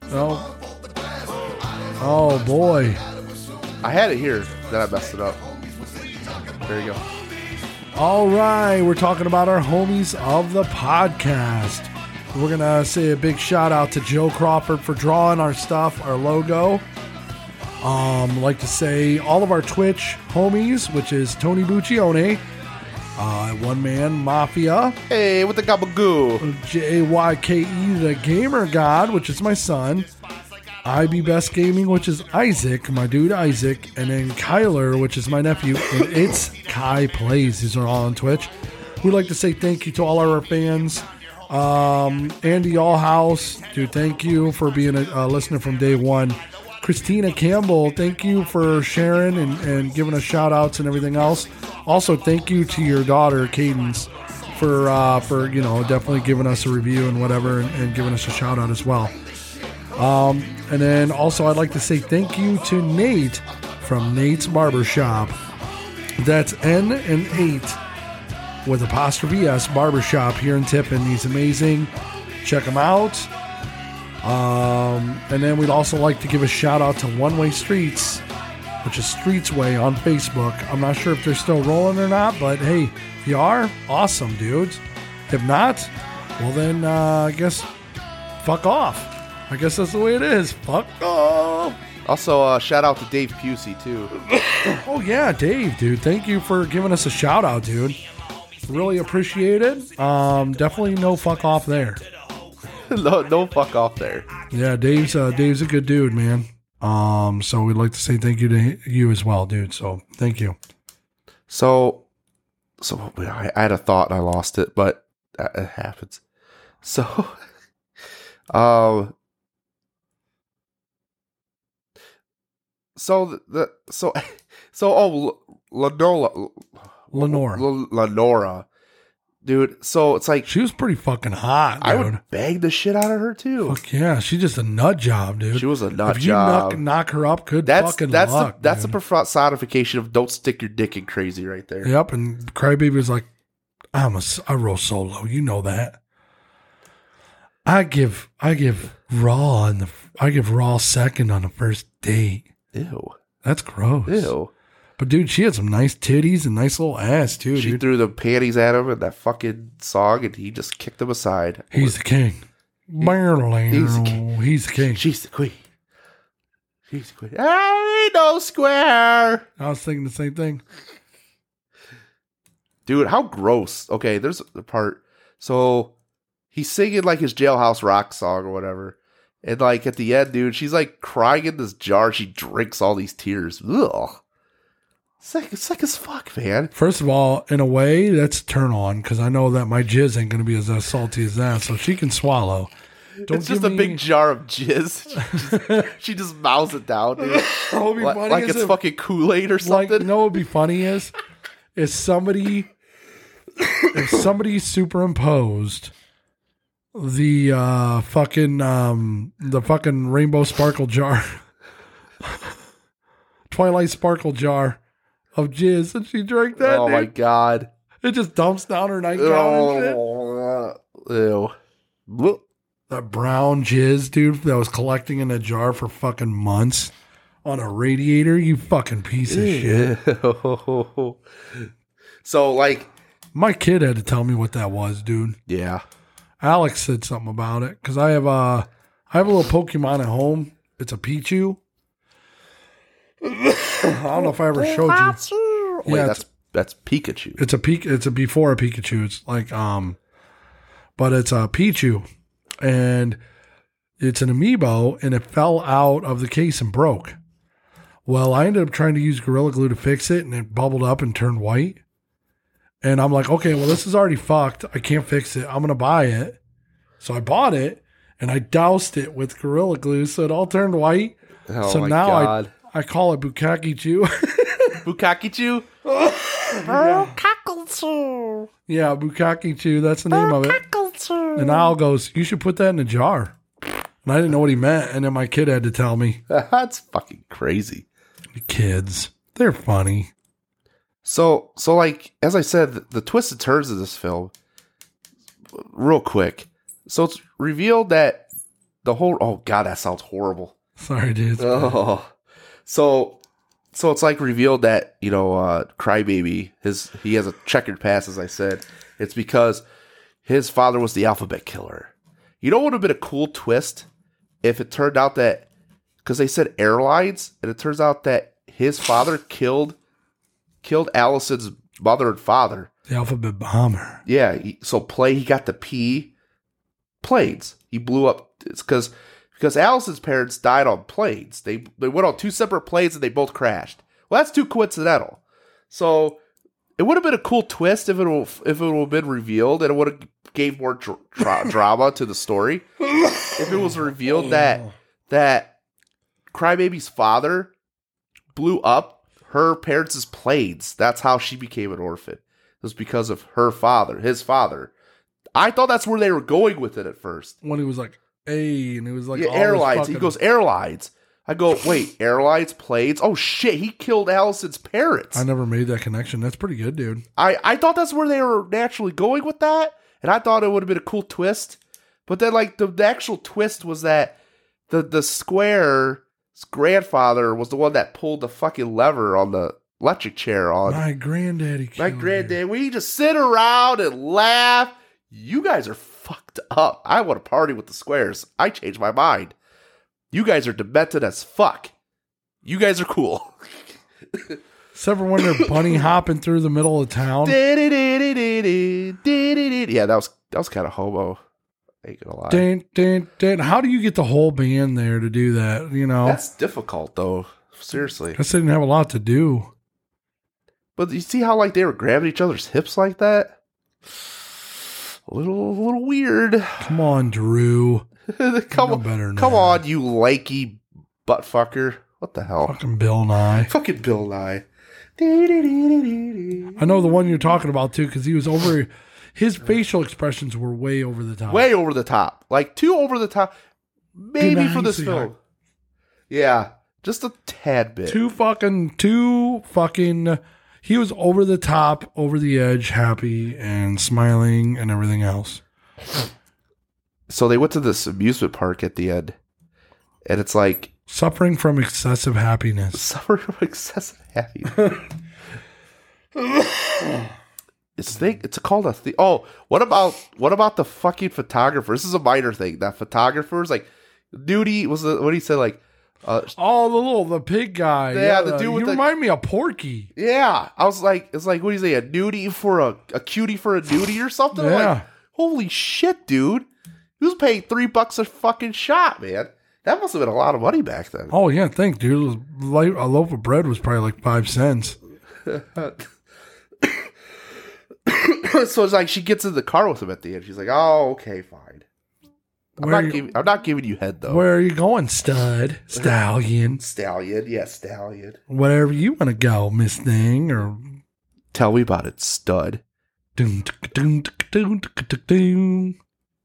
A: Oh, oh boy,
D: I had it here, then I messed it up. There you go.
A: all right. We're talking about our homies of the podcast. We're gonna say a big shout out to Joe Crawford for drawing our stuff, our logo. Um, like to say all of our Twitch homies, which is Tony Buccione, uh, One Man Mafia,
D: Hey, with the gabagoo.
A: J Y K E the Gamer God, which is my son, IB Best Gaming, which is Isaac, my dude Isaac, and then Kyler, which is my nephew, and it's Kai Plays. These are all on Twitch. We'd like to say thank you to all our fans. Um, Andy Allhouse, dude, thank you for being a, a listener from day one. Christina Campbell, thank you for sharing and, and giving us shout outs and everything else. Also, thank you to your daughter, Cadence, for, uh, for you know, definitely giving us a review and whatever and, and giving us a shout out as well. Um, And then also, I'd like to say thank you to Nate from Nate's Barbershop. That's N and 8 with apostrophe S Barbershop here in Tiffin. He's amazing. Check him out. Um, and then we'd also like to give a shout out to One Way Streets, which is Streets Way on Facebook. I'm not sure if they're still rolling or not, but hey, if you are, awesome, dudes. If not, well, then uh, I guess fuck off. I guess that's the way it is. Fuck off.
D: Also, uh, shout out to Dave Pusey too. (laughs)
A: Oh yeah, Dave, dude. Thank you for giving us a shout out, dude. Really appreciate it. Um, definitely no fuck off there.
D: no, no fuck off there.
A: Yeah, Dave's uh, Dave's a good dude, man. Um, so we'd like to say thank you to h- you as well, dude. So thank you.
D: So, so I, I had a thought and I lost it, but that- it happens. So, (laughs) um, so the, the so (laughs) so oh Lenora
A: Lenora,
D: Lenora, dude. So it's like
A: she was pretty fucking hot,
D: I
A: dude.
D: would bang the shit out of her too.
A: Fuck yeah, she just a nut job, dude.
D: She was a nut
A: if you knock,
D: job.
A: knock her up, good
D: That's
A: fucking
D: that's
A: luck.
D: the, that's the
A: dude.
D: personification of don't stick your dick in crazy right there.
A: Yep, and Crybaby was like, "I'm a s- I roll solo. You know that. I give I give raw on the I give raw second on the first date.
D: Ew,
A: That's gross.
D: ew.
A: But dude, she had some nice titties and nice little ass too,
D: She
A: dude.
D: threw the panties at him in that fucking song, and he just kicked them aside.
A: He's the king. Barely.
D: he's the king.
A: He's the king.
D: She's the queen. She's the queen. I ain't no square,
A: I was thinking the same thing.
D: dude. How gross. Okay, there's the part. So he's singing like his jailhouse rock song or whatever, and like at the end, dude, she's like crying in this jar. She drinks all these tears. Ugh. Sick, sick as fuck, man.
A: First of all, in a way, that's a turn on because I know that my jizz ain't going to be as, as salty as that, so she can swallow. Don't
D: it's just a
A: give me-
D: big jar of jizz. (laughs) She just, she just mouths it down, dude.
A: What would be
D: Li-
A: funny
D: like
A: is
D: it's
A: if-
D: fucking Kool Aid or
A: like
D: something.
A: no, what would be funny is if somebody if somebody superimposed the uh fucking um the fucking rainbow sparkle jar (laughs) twilight sparkle jar of jizz and she drank that
D: oh my
A: dude.
D: god.
A: it just dumps down her nightgown and shit.
D: Oh, ew. Blew.
A: that brown jizz, dude, that was collecting in a jar for fucking months on a radiator. You fucking piece of shit.
D: Ew. (laughs) So like,
A: My kid had to tell me what that was, dude.
D: yeah.
A: Alex said something about it because I have a, I have a little Pokemon at home. It's a Pichu. (coughs) I don't know if I ever showed you.
D: Wait,
A: Yeah,
D: that's that's Pikachu.
A: It's a peak. It's a before a Pikachu. It's like um, but it's a Pichu, and it's an amiibo, and it fell out of the case and broke. Well, I ended up trying to use Gorilla Glue to fix it, and it bubbled up and turned white. And I'm like, okay, well, this is already fucked. I can't fix it. I'm gonna buy it. So I bought it, and I doused it with Gorilla Glue, so it all turned white.
D: Oh
A: so
D: my
A: now
D: god.
A: I I call it Bukaki Chew. (laughs)
D: Bukakichu?
A: Yeah, Bukaki Chew. That's the name of it. And Al goes, You should put that in a jar. And I didn't know what he meant. And then my kid had to tell me.
D: (laughs) That's fucking crazy.
A: Kids, they're funny.
D: So, so like as I said, the, the twists and turns of this film, real quick. So it's revealed that the whole oh god, that sounds horrible.
A: Sorry, dude.
D: Oh, so so it's like revealed that you know, uh, Crybaby, his he has a checkered past, as I said. It's because his father was the alphabet killer. You know what would have been a cool twist if it turned out that because they said airlines, and it turns out that his father killed killed Allison's mother and father.
A: the alphabet bomber.
D: Yeah, he, so play he got the P planes. He blew up it's cuz because Allison's parents died on planes. They they went on two separate planes and they both crashed. Well, that's too coincidental. So it would have been a cool twist if it wa- if it would have been revealed and it would have gave more dr- dra- drama to the story. if it was revealed that that Crybaby's father blew up her parents' planes. That's how she became an orphan. It was because of her father, his father. I thought that's where they were going with it at first.
A: When he was like, Hey, and it was like,
D: yeah,
A: all this
D: airlines. He
A: fucking-
D: goes, airlines.
A: (laughs)
D: I go, wait, airlines, planes? Oh shit, he killed Allison's parents.
A: I never made that connection. That's pretty good, dude.
D: I, I thought that's where they were naturally going with that, and I thought it would have been a cool twist. But then, like the, the actual twist was that the the square's grandfather was the one that pulled the fucking lever on the electric chair on
A: My granddaddy
D: Uh, my
A: killed you.
D: granddad. We just sit around and laugh. You guys are fucked up. I want to party with the squares. I changed my mind. You guys are demented as fuck. You guys are cool.
A: Except for when they're
D: (laughs)
A: bunny hopping through the middle of town.
D: Di-di-di-di-di-di, di-di-di-di. Yeah, that was that was kind of homo. Ain't gonna lie.
A: Dun, dun, dun. How do you get the whole band there to do that? You know,
D: That's difficult though. Seriously.
A: I guess they didn't have a lot to do.
D: But you see how like they were grabbing each other's hips like that? A little a little weird.
A: Come on, Drew.
D: (laughs) come
A: know
D: on,
A: better than
D: come
A: that.
D: on, you lanky butt fucker. What
A: (laughs)
D: the hell?
A: Fucking Bill Nye.
D: Fucking Bill Nye.
A: I know the one you're talking about too, because he was over. His facial expressions were way over the top.
D: Way over the top. Like two over the top. Maybe
A: Good
D: for
A: night,
D: this
A: sweetheart.
D: film. Yeah. Just a tad bit.
A: too fucking too fucking. He was over the top, over the edge, happy and smiling and everything else.
D: so they went to this amusement park at the end, and it's like
A: Suffering from excessive happiness.
D: suffer from excessive
A: (laughs)
D: happiness. it's thing. It's called a thing. Oh, what about what about the fucking photographer? This is a minor thing. That photographer is like, duty was the, what he said. Like, uh,
A: Oh, the little the pig guy.
D: Yeah, the dude
A: you
D: with the-
A: remind me of Porky.
D: yeah. I was like, it's like what do you say? A nudie for a a cutie for a nudie or something. I'm
A: Yeah.
D: Like, holy shit, dude. He was paying three bucks a fucking shot, man. That must have been a lot of money back then.
A: Oh yeah, thank dude. It was like- A loaf of bread was probably like five cents. Oh.
D: (laughs) so it's like she gets in the car with him at the end. She's like, "Oh, okay, fine.
A: Where
D: I'm not
A: you-
D: giving. oh. I'm not giving you head though."
A: Where are you going,
D: (laughs)
A: stud? Stallion.
D: Stallion, yes, stallion.
A: Wherever you want to go, Miss Thing, or.
D: Tell me about it, stud.
A: Doom, tick, doom, tick, doom, tick, tick, doom.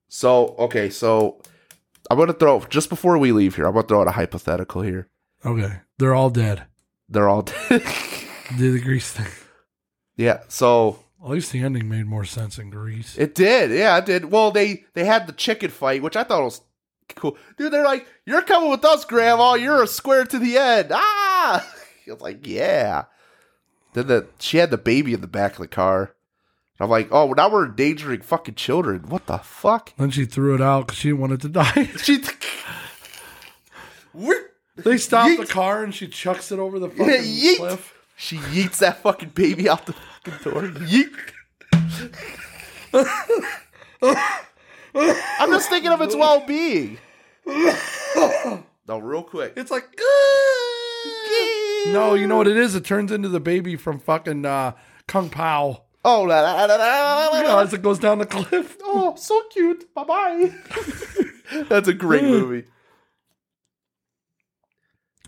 D: So okay, so I'm gonna throw just before we leave here. I'm gonna throw out a hypothetical here.
A: Okay. They're all dead.
D: They're all
A: Did the grease thing.
D: (laughs) yeah. So
A: At least the ending made more sense in Greece.
D: It did, yeah, it did. Well, they they had the chicken fight, which I thought was cool. Dude, they're like, "You're coming with us, Grandma. You're a square to the end." (laughs) Ah, I was like, "Yeah." Then the she had the baby in the back of the car. And I'm like, "Oh, well, now we're endangering fucking children. What the fuck?"
A: Then she threw it out because she wanted to (laughs) die.
D: She. We're-
A: they stopped the
D: Yeet.
A: car and she chucks it over the fucking
D: Yeah, yeet.
A: cliff.
D: She yeets that fucking baby out the fucking door. Yeet. I'm just thinking of its well being. No, real quick.
A: It's like, no, you know what it is? It turns into the baby from fucking uh, Kung Pao.
D: Oh, la, la, la, la, la, la, la.
A: As it goes down the cliff.
D: oh, so cute. Bye bye. (laughs) That's a great movie.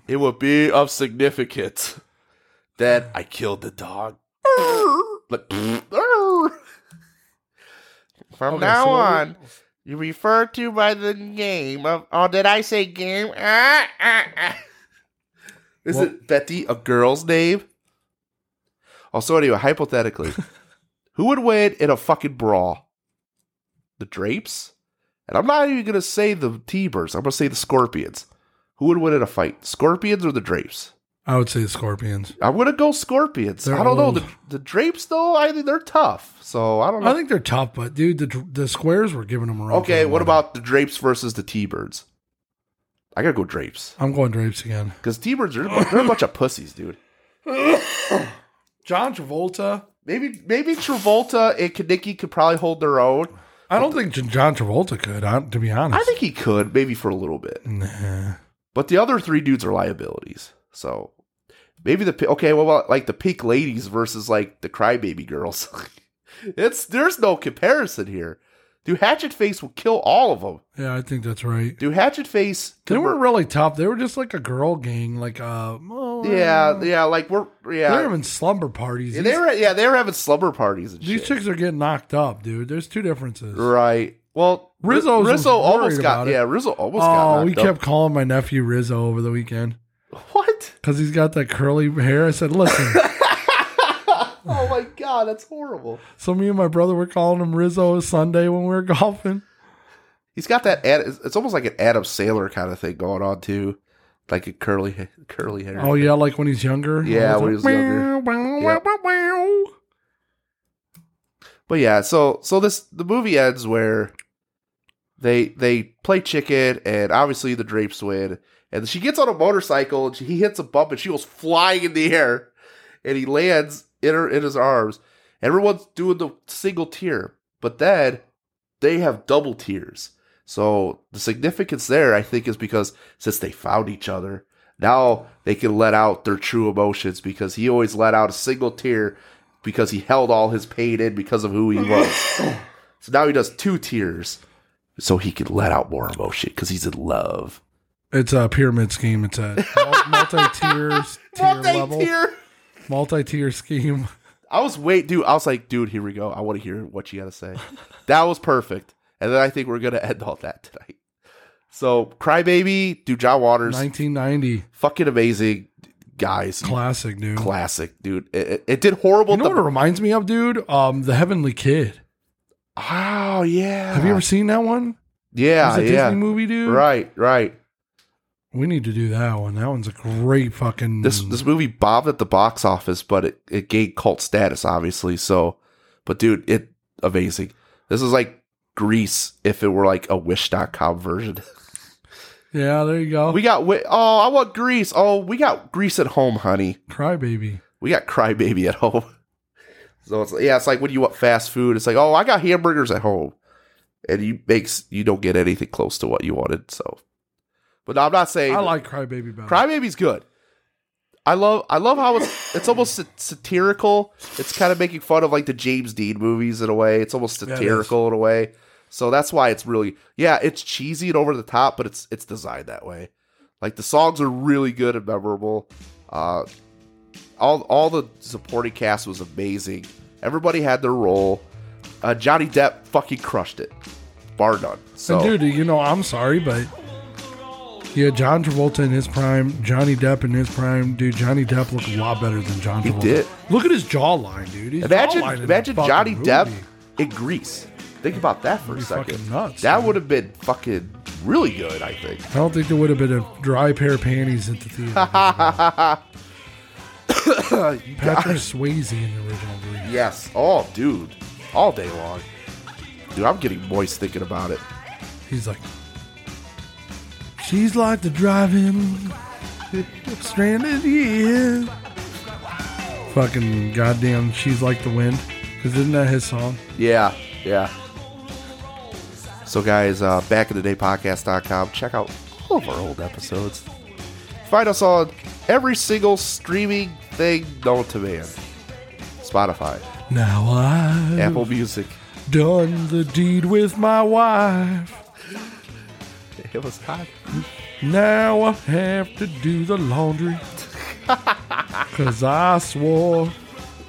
D: It would be of significance that I killed the dog. Like, From
A: Okay,
D: now
A: so-
D: on, you refer to by the name of. Oh, did I say game? Ah, ah, ah. Is
A: Well-
D: it Betty a girl's name? Also, anyway, hypothetically, who would win in a fucking brawl? The drapes? And I'm not even going to say the T birds. I'm going to say the scorpions. Who would win in a fight? Scorpions or the drapes?
A: I would say the scorpions.
D: I'm going to go scorpions.
A: They're
D: I don't
A: old.
D: know. The, the drapes, though, I think they're tough. So I don't know.
A: I think they're tough, but dude, the the squares were giving them a run. for
D: okay,
A: their
D: what
A: money.
D: about the drapes versus the T birds? I got to go drapes.
A: I'm going drapes again.
D: Because T birds are they're a bunch of pussies, dude.
A: John Travolta.
D: Maybe maybe Travolta and Kaneki could probably hold their own.
A: I don't think J- John Travolta could. I, to be honest,
D: I think he could, maybe for a little bit.
A: Nah.
D: But the other three dudes are liabilities. So maybe the pi- okay, well, well, like the pink ladies versus like the crybaby girls. (laughs) it's there's no comparison here. Do Hatchet Face will kill all of them.
A: Yeah, I think that's right.
D: Do Hatchet Face?
A: They weren't really tough. They were just like a girl gang, like uh, oh,
D: yeah, yeah, like we're
A: They're
D: yeah.
A: having slumber parties.
D: Yeah,
A: these
D: they were yeah they were having slumber parties and
A: these
D: shit.
A: chicks are getting knocked up, dude. There's two differences.
D: right. Well, Ri-
A: Rizzo's was
D: Rizzo
A: worried
D: almost
A: about
D: got
A: it.
D: yeah Rizzo almost got
A: Oh, we
D: knocked up.
A: kept calling my nephew Rizzo over the weekend
D: (laughs) what?
A: because he's got that curly hair. I said, "Listen."
D: (laughs) Oh my god, that's horrible.
A: so me and my brother were calling him Rizzo Sunday when we were golfing.
D: He's got that. Ad, it's- it's almost like an Adam Sailor kind of thing going on too, like a curly, ha- curly hair.
A: Oh yeah, like when he's younger.
D: Yeah, when he was younger. But yeah, so so this the movie ends where they they play chicken, and obviously the drapes win, and she gets on a motorcycle, and she, he hits a bump, and she goes flying in the air, and he lands in her in his arms. Everyone's doing the single tear, but then they have double tears. So the significance there, I think, is because since they found each other, now they can let out their true emotions because he always let out a single tear because he held all his pain in because of who he was. so now he does two tears so he can let out more emotion because he's in love.
A: It's a pyramid scheme. It's a mul-
D: (laughs)
A: multi-tiers, tier level,
D: Multi-tier.
A: multi-tier scheme.
D: I was wait, dude. I was like, dude, here we go. I want to hear what you got to say. that was perfect. And then I think we're gonna end all that tonight. So, Crybaby, do John Waters,
A: 1990
D: fucking amazing guys,
A: classic, dude.
D: classic, dude. It, it, it did horrible.
A: You know
D: at
A: what it reminds me of, dude? Um, The Heavenly Kid.
D: the- oh yeah.
A: Have you ever seen that one?
D: Yeah,
A: it's a
D: yeah.
A: Disney movie, dude.
D: Right, right.
A: We need to do that one. That one's a great fucking.
D: This this movie bombed at the box office, but it, it gained cult status, obviously. So, but dude, it amazing. This is like Grease if it were like a Wish.com version. (laughs)
A: yeah, there you go.
D: We got Wi- oh, I want Grease. Oh, we got Grease at home, honey.
A: Crybaby.
D: We got Crybaby at home. (laughs) So it's yeah, it's like when you want fast food, it's like oh, I got hamburgers at home, and you makes you don't get anything close to what you wanted. So, but no, I'm not saying
A: I like Crybaby better.
D: Crybaby's good. I love I love how it's it's almost sa- satirical. It's kind of making fun of like the James Dean movies in a way. It's almost
A: it is.
D: satirical in a way. So that's why it's really yeah, it's cheesy and over the top, but it's it's designed that way. Like the songs are really good and memorable. Uh, all all the supporting cast was amazing. Everybody had their role. Uh, Johnny Depp fucking crushed it, bar none. So
A: And dude, you know, I'm sorry, but yeah, John Travolta in his prime, Johnny Depp in his prime, dude. Johnny Depp looked a lot better than John
D: He
A: Travolta.
D: did.
A: Look at his jawline, dude. His
D: Imagine,
A: jawline in that
D: imagine
A: fucking
D: Johnny
A: movie.
D: Depp in Greece. Think about that for
A: That'd
D: a
A: be
D: second.
A: fucking nuts,
D: that
A: dude.
D: would have been fucking really good, I think.
A: I don't think there would have been a dry pair of panties at the theater. Patrick Swayze in the original Grease.
D: Yes. Oh, dude. All day long. Dude, I'm getting moist thinking about it.
A: He's like, she's like the driving stranded yeah. Fucking goddamn, she's like the wind. Cause isn't that his song?
D: Yeah. Yeah. So, guys, uh, back in the day podcast.com. Check out all of our old episodes. Find us on every single streaming thing known to man
A: (laughs)
D: Spotify,
A: Now I've
D: Apple Music.
A: done the deed with my wife.
D: It was hot.
A: Now I have to do the
D: (laughs)
A: laundry. Cause I swore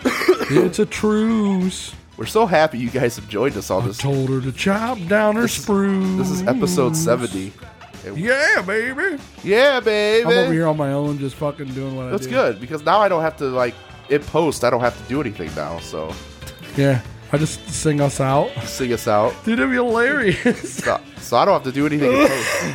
A: it's a truce.
D: We're so happy you guys have joined us on
A: I
D: this.
A: told her to chop down her
D: This is-
A: spruce.
D: This is episode 70.
A: Yeah, baby.
D: Yeah, baby.
A: I'm over here on my own, just fucking doing what
D: That's
A: I do.
D: good because now I don't have to, like, in post, I don't have to do anything now. So
A: Yeah, I just sing us out. (laughs)
D: sing us out.
A: Dude, it'd be
D: (laughs)
A: hilarious.
D: So, so I don't have to do anything
A: (laughs)
D: in post.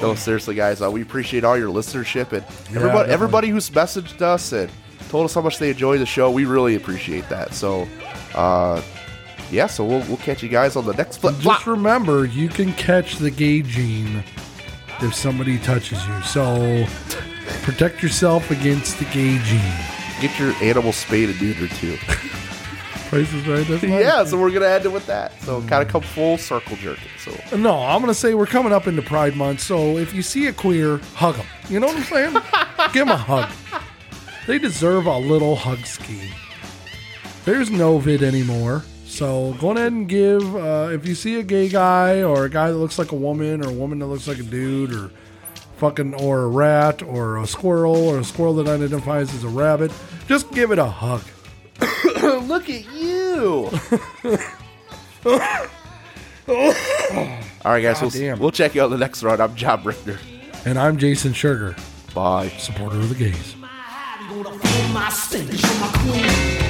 D: No, seriously, guys, uh, we appreciate all your listenership and everybody,
A: definitely.
D: everybody who's messaged us and told us how much they enjoy the show. We really appreciate that. So, uh, yeah, so we'll, we'll catch you guys on the next flip
A: just
D: flop.
A: remember, you can catch the gay gene if somebody touches you. So protect yourself against the gay gene.
D: Get your animal spayed and neutered too.
A: Price is right. That's right.
D: yeah, so we're gonna end it with that. So kind of come full circle jerking. So
A: No, I'm gonna say we're coming up into Pride Month, so if you see a queer, hug them. You know what I'm saying? Give them a hug. They deserve a little hug ski. There's no vid anymore, so go ahead and give. Uh, if you see a gay guy or a guy that looks like a woman or a woman that looks like a dude or fucking or a rat or a squirrel or a squirrel that identifies as a rabbit, just give it a hug.
D: look at you. All right, guys, we'll,
A: Goddamn.
D: we'll check you out on the next round. I'm John Richter.
A: And I'm Jason Sugar,
D: Bye.
A: supporter of the gays.
H: Gonna feel my stench on my queen.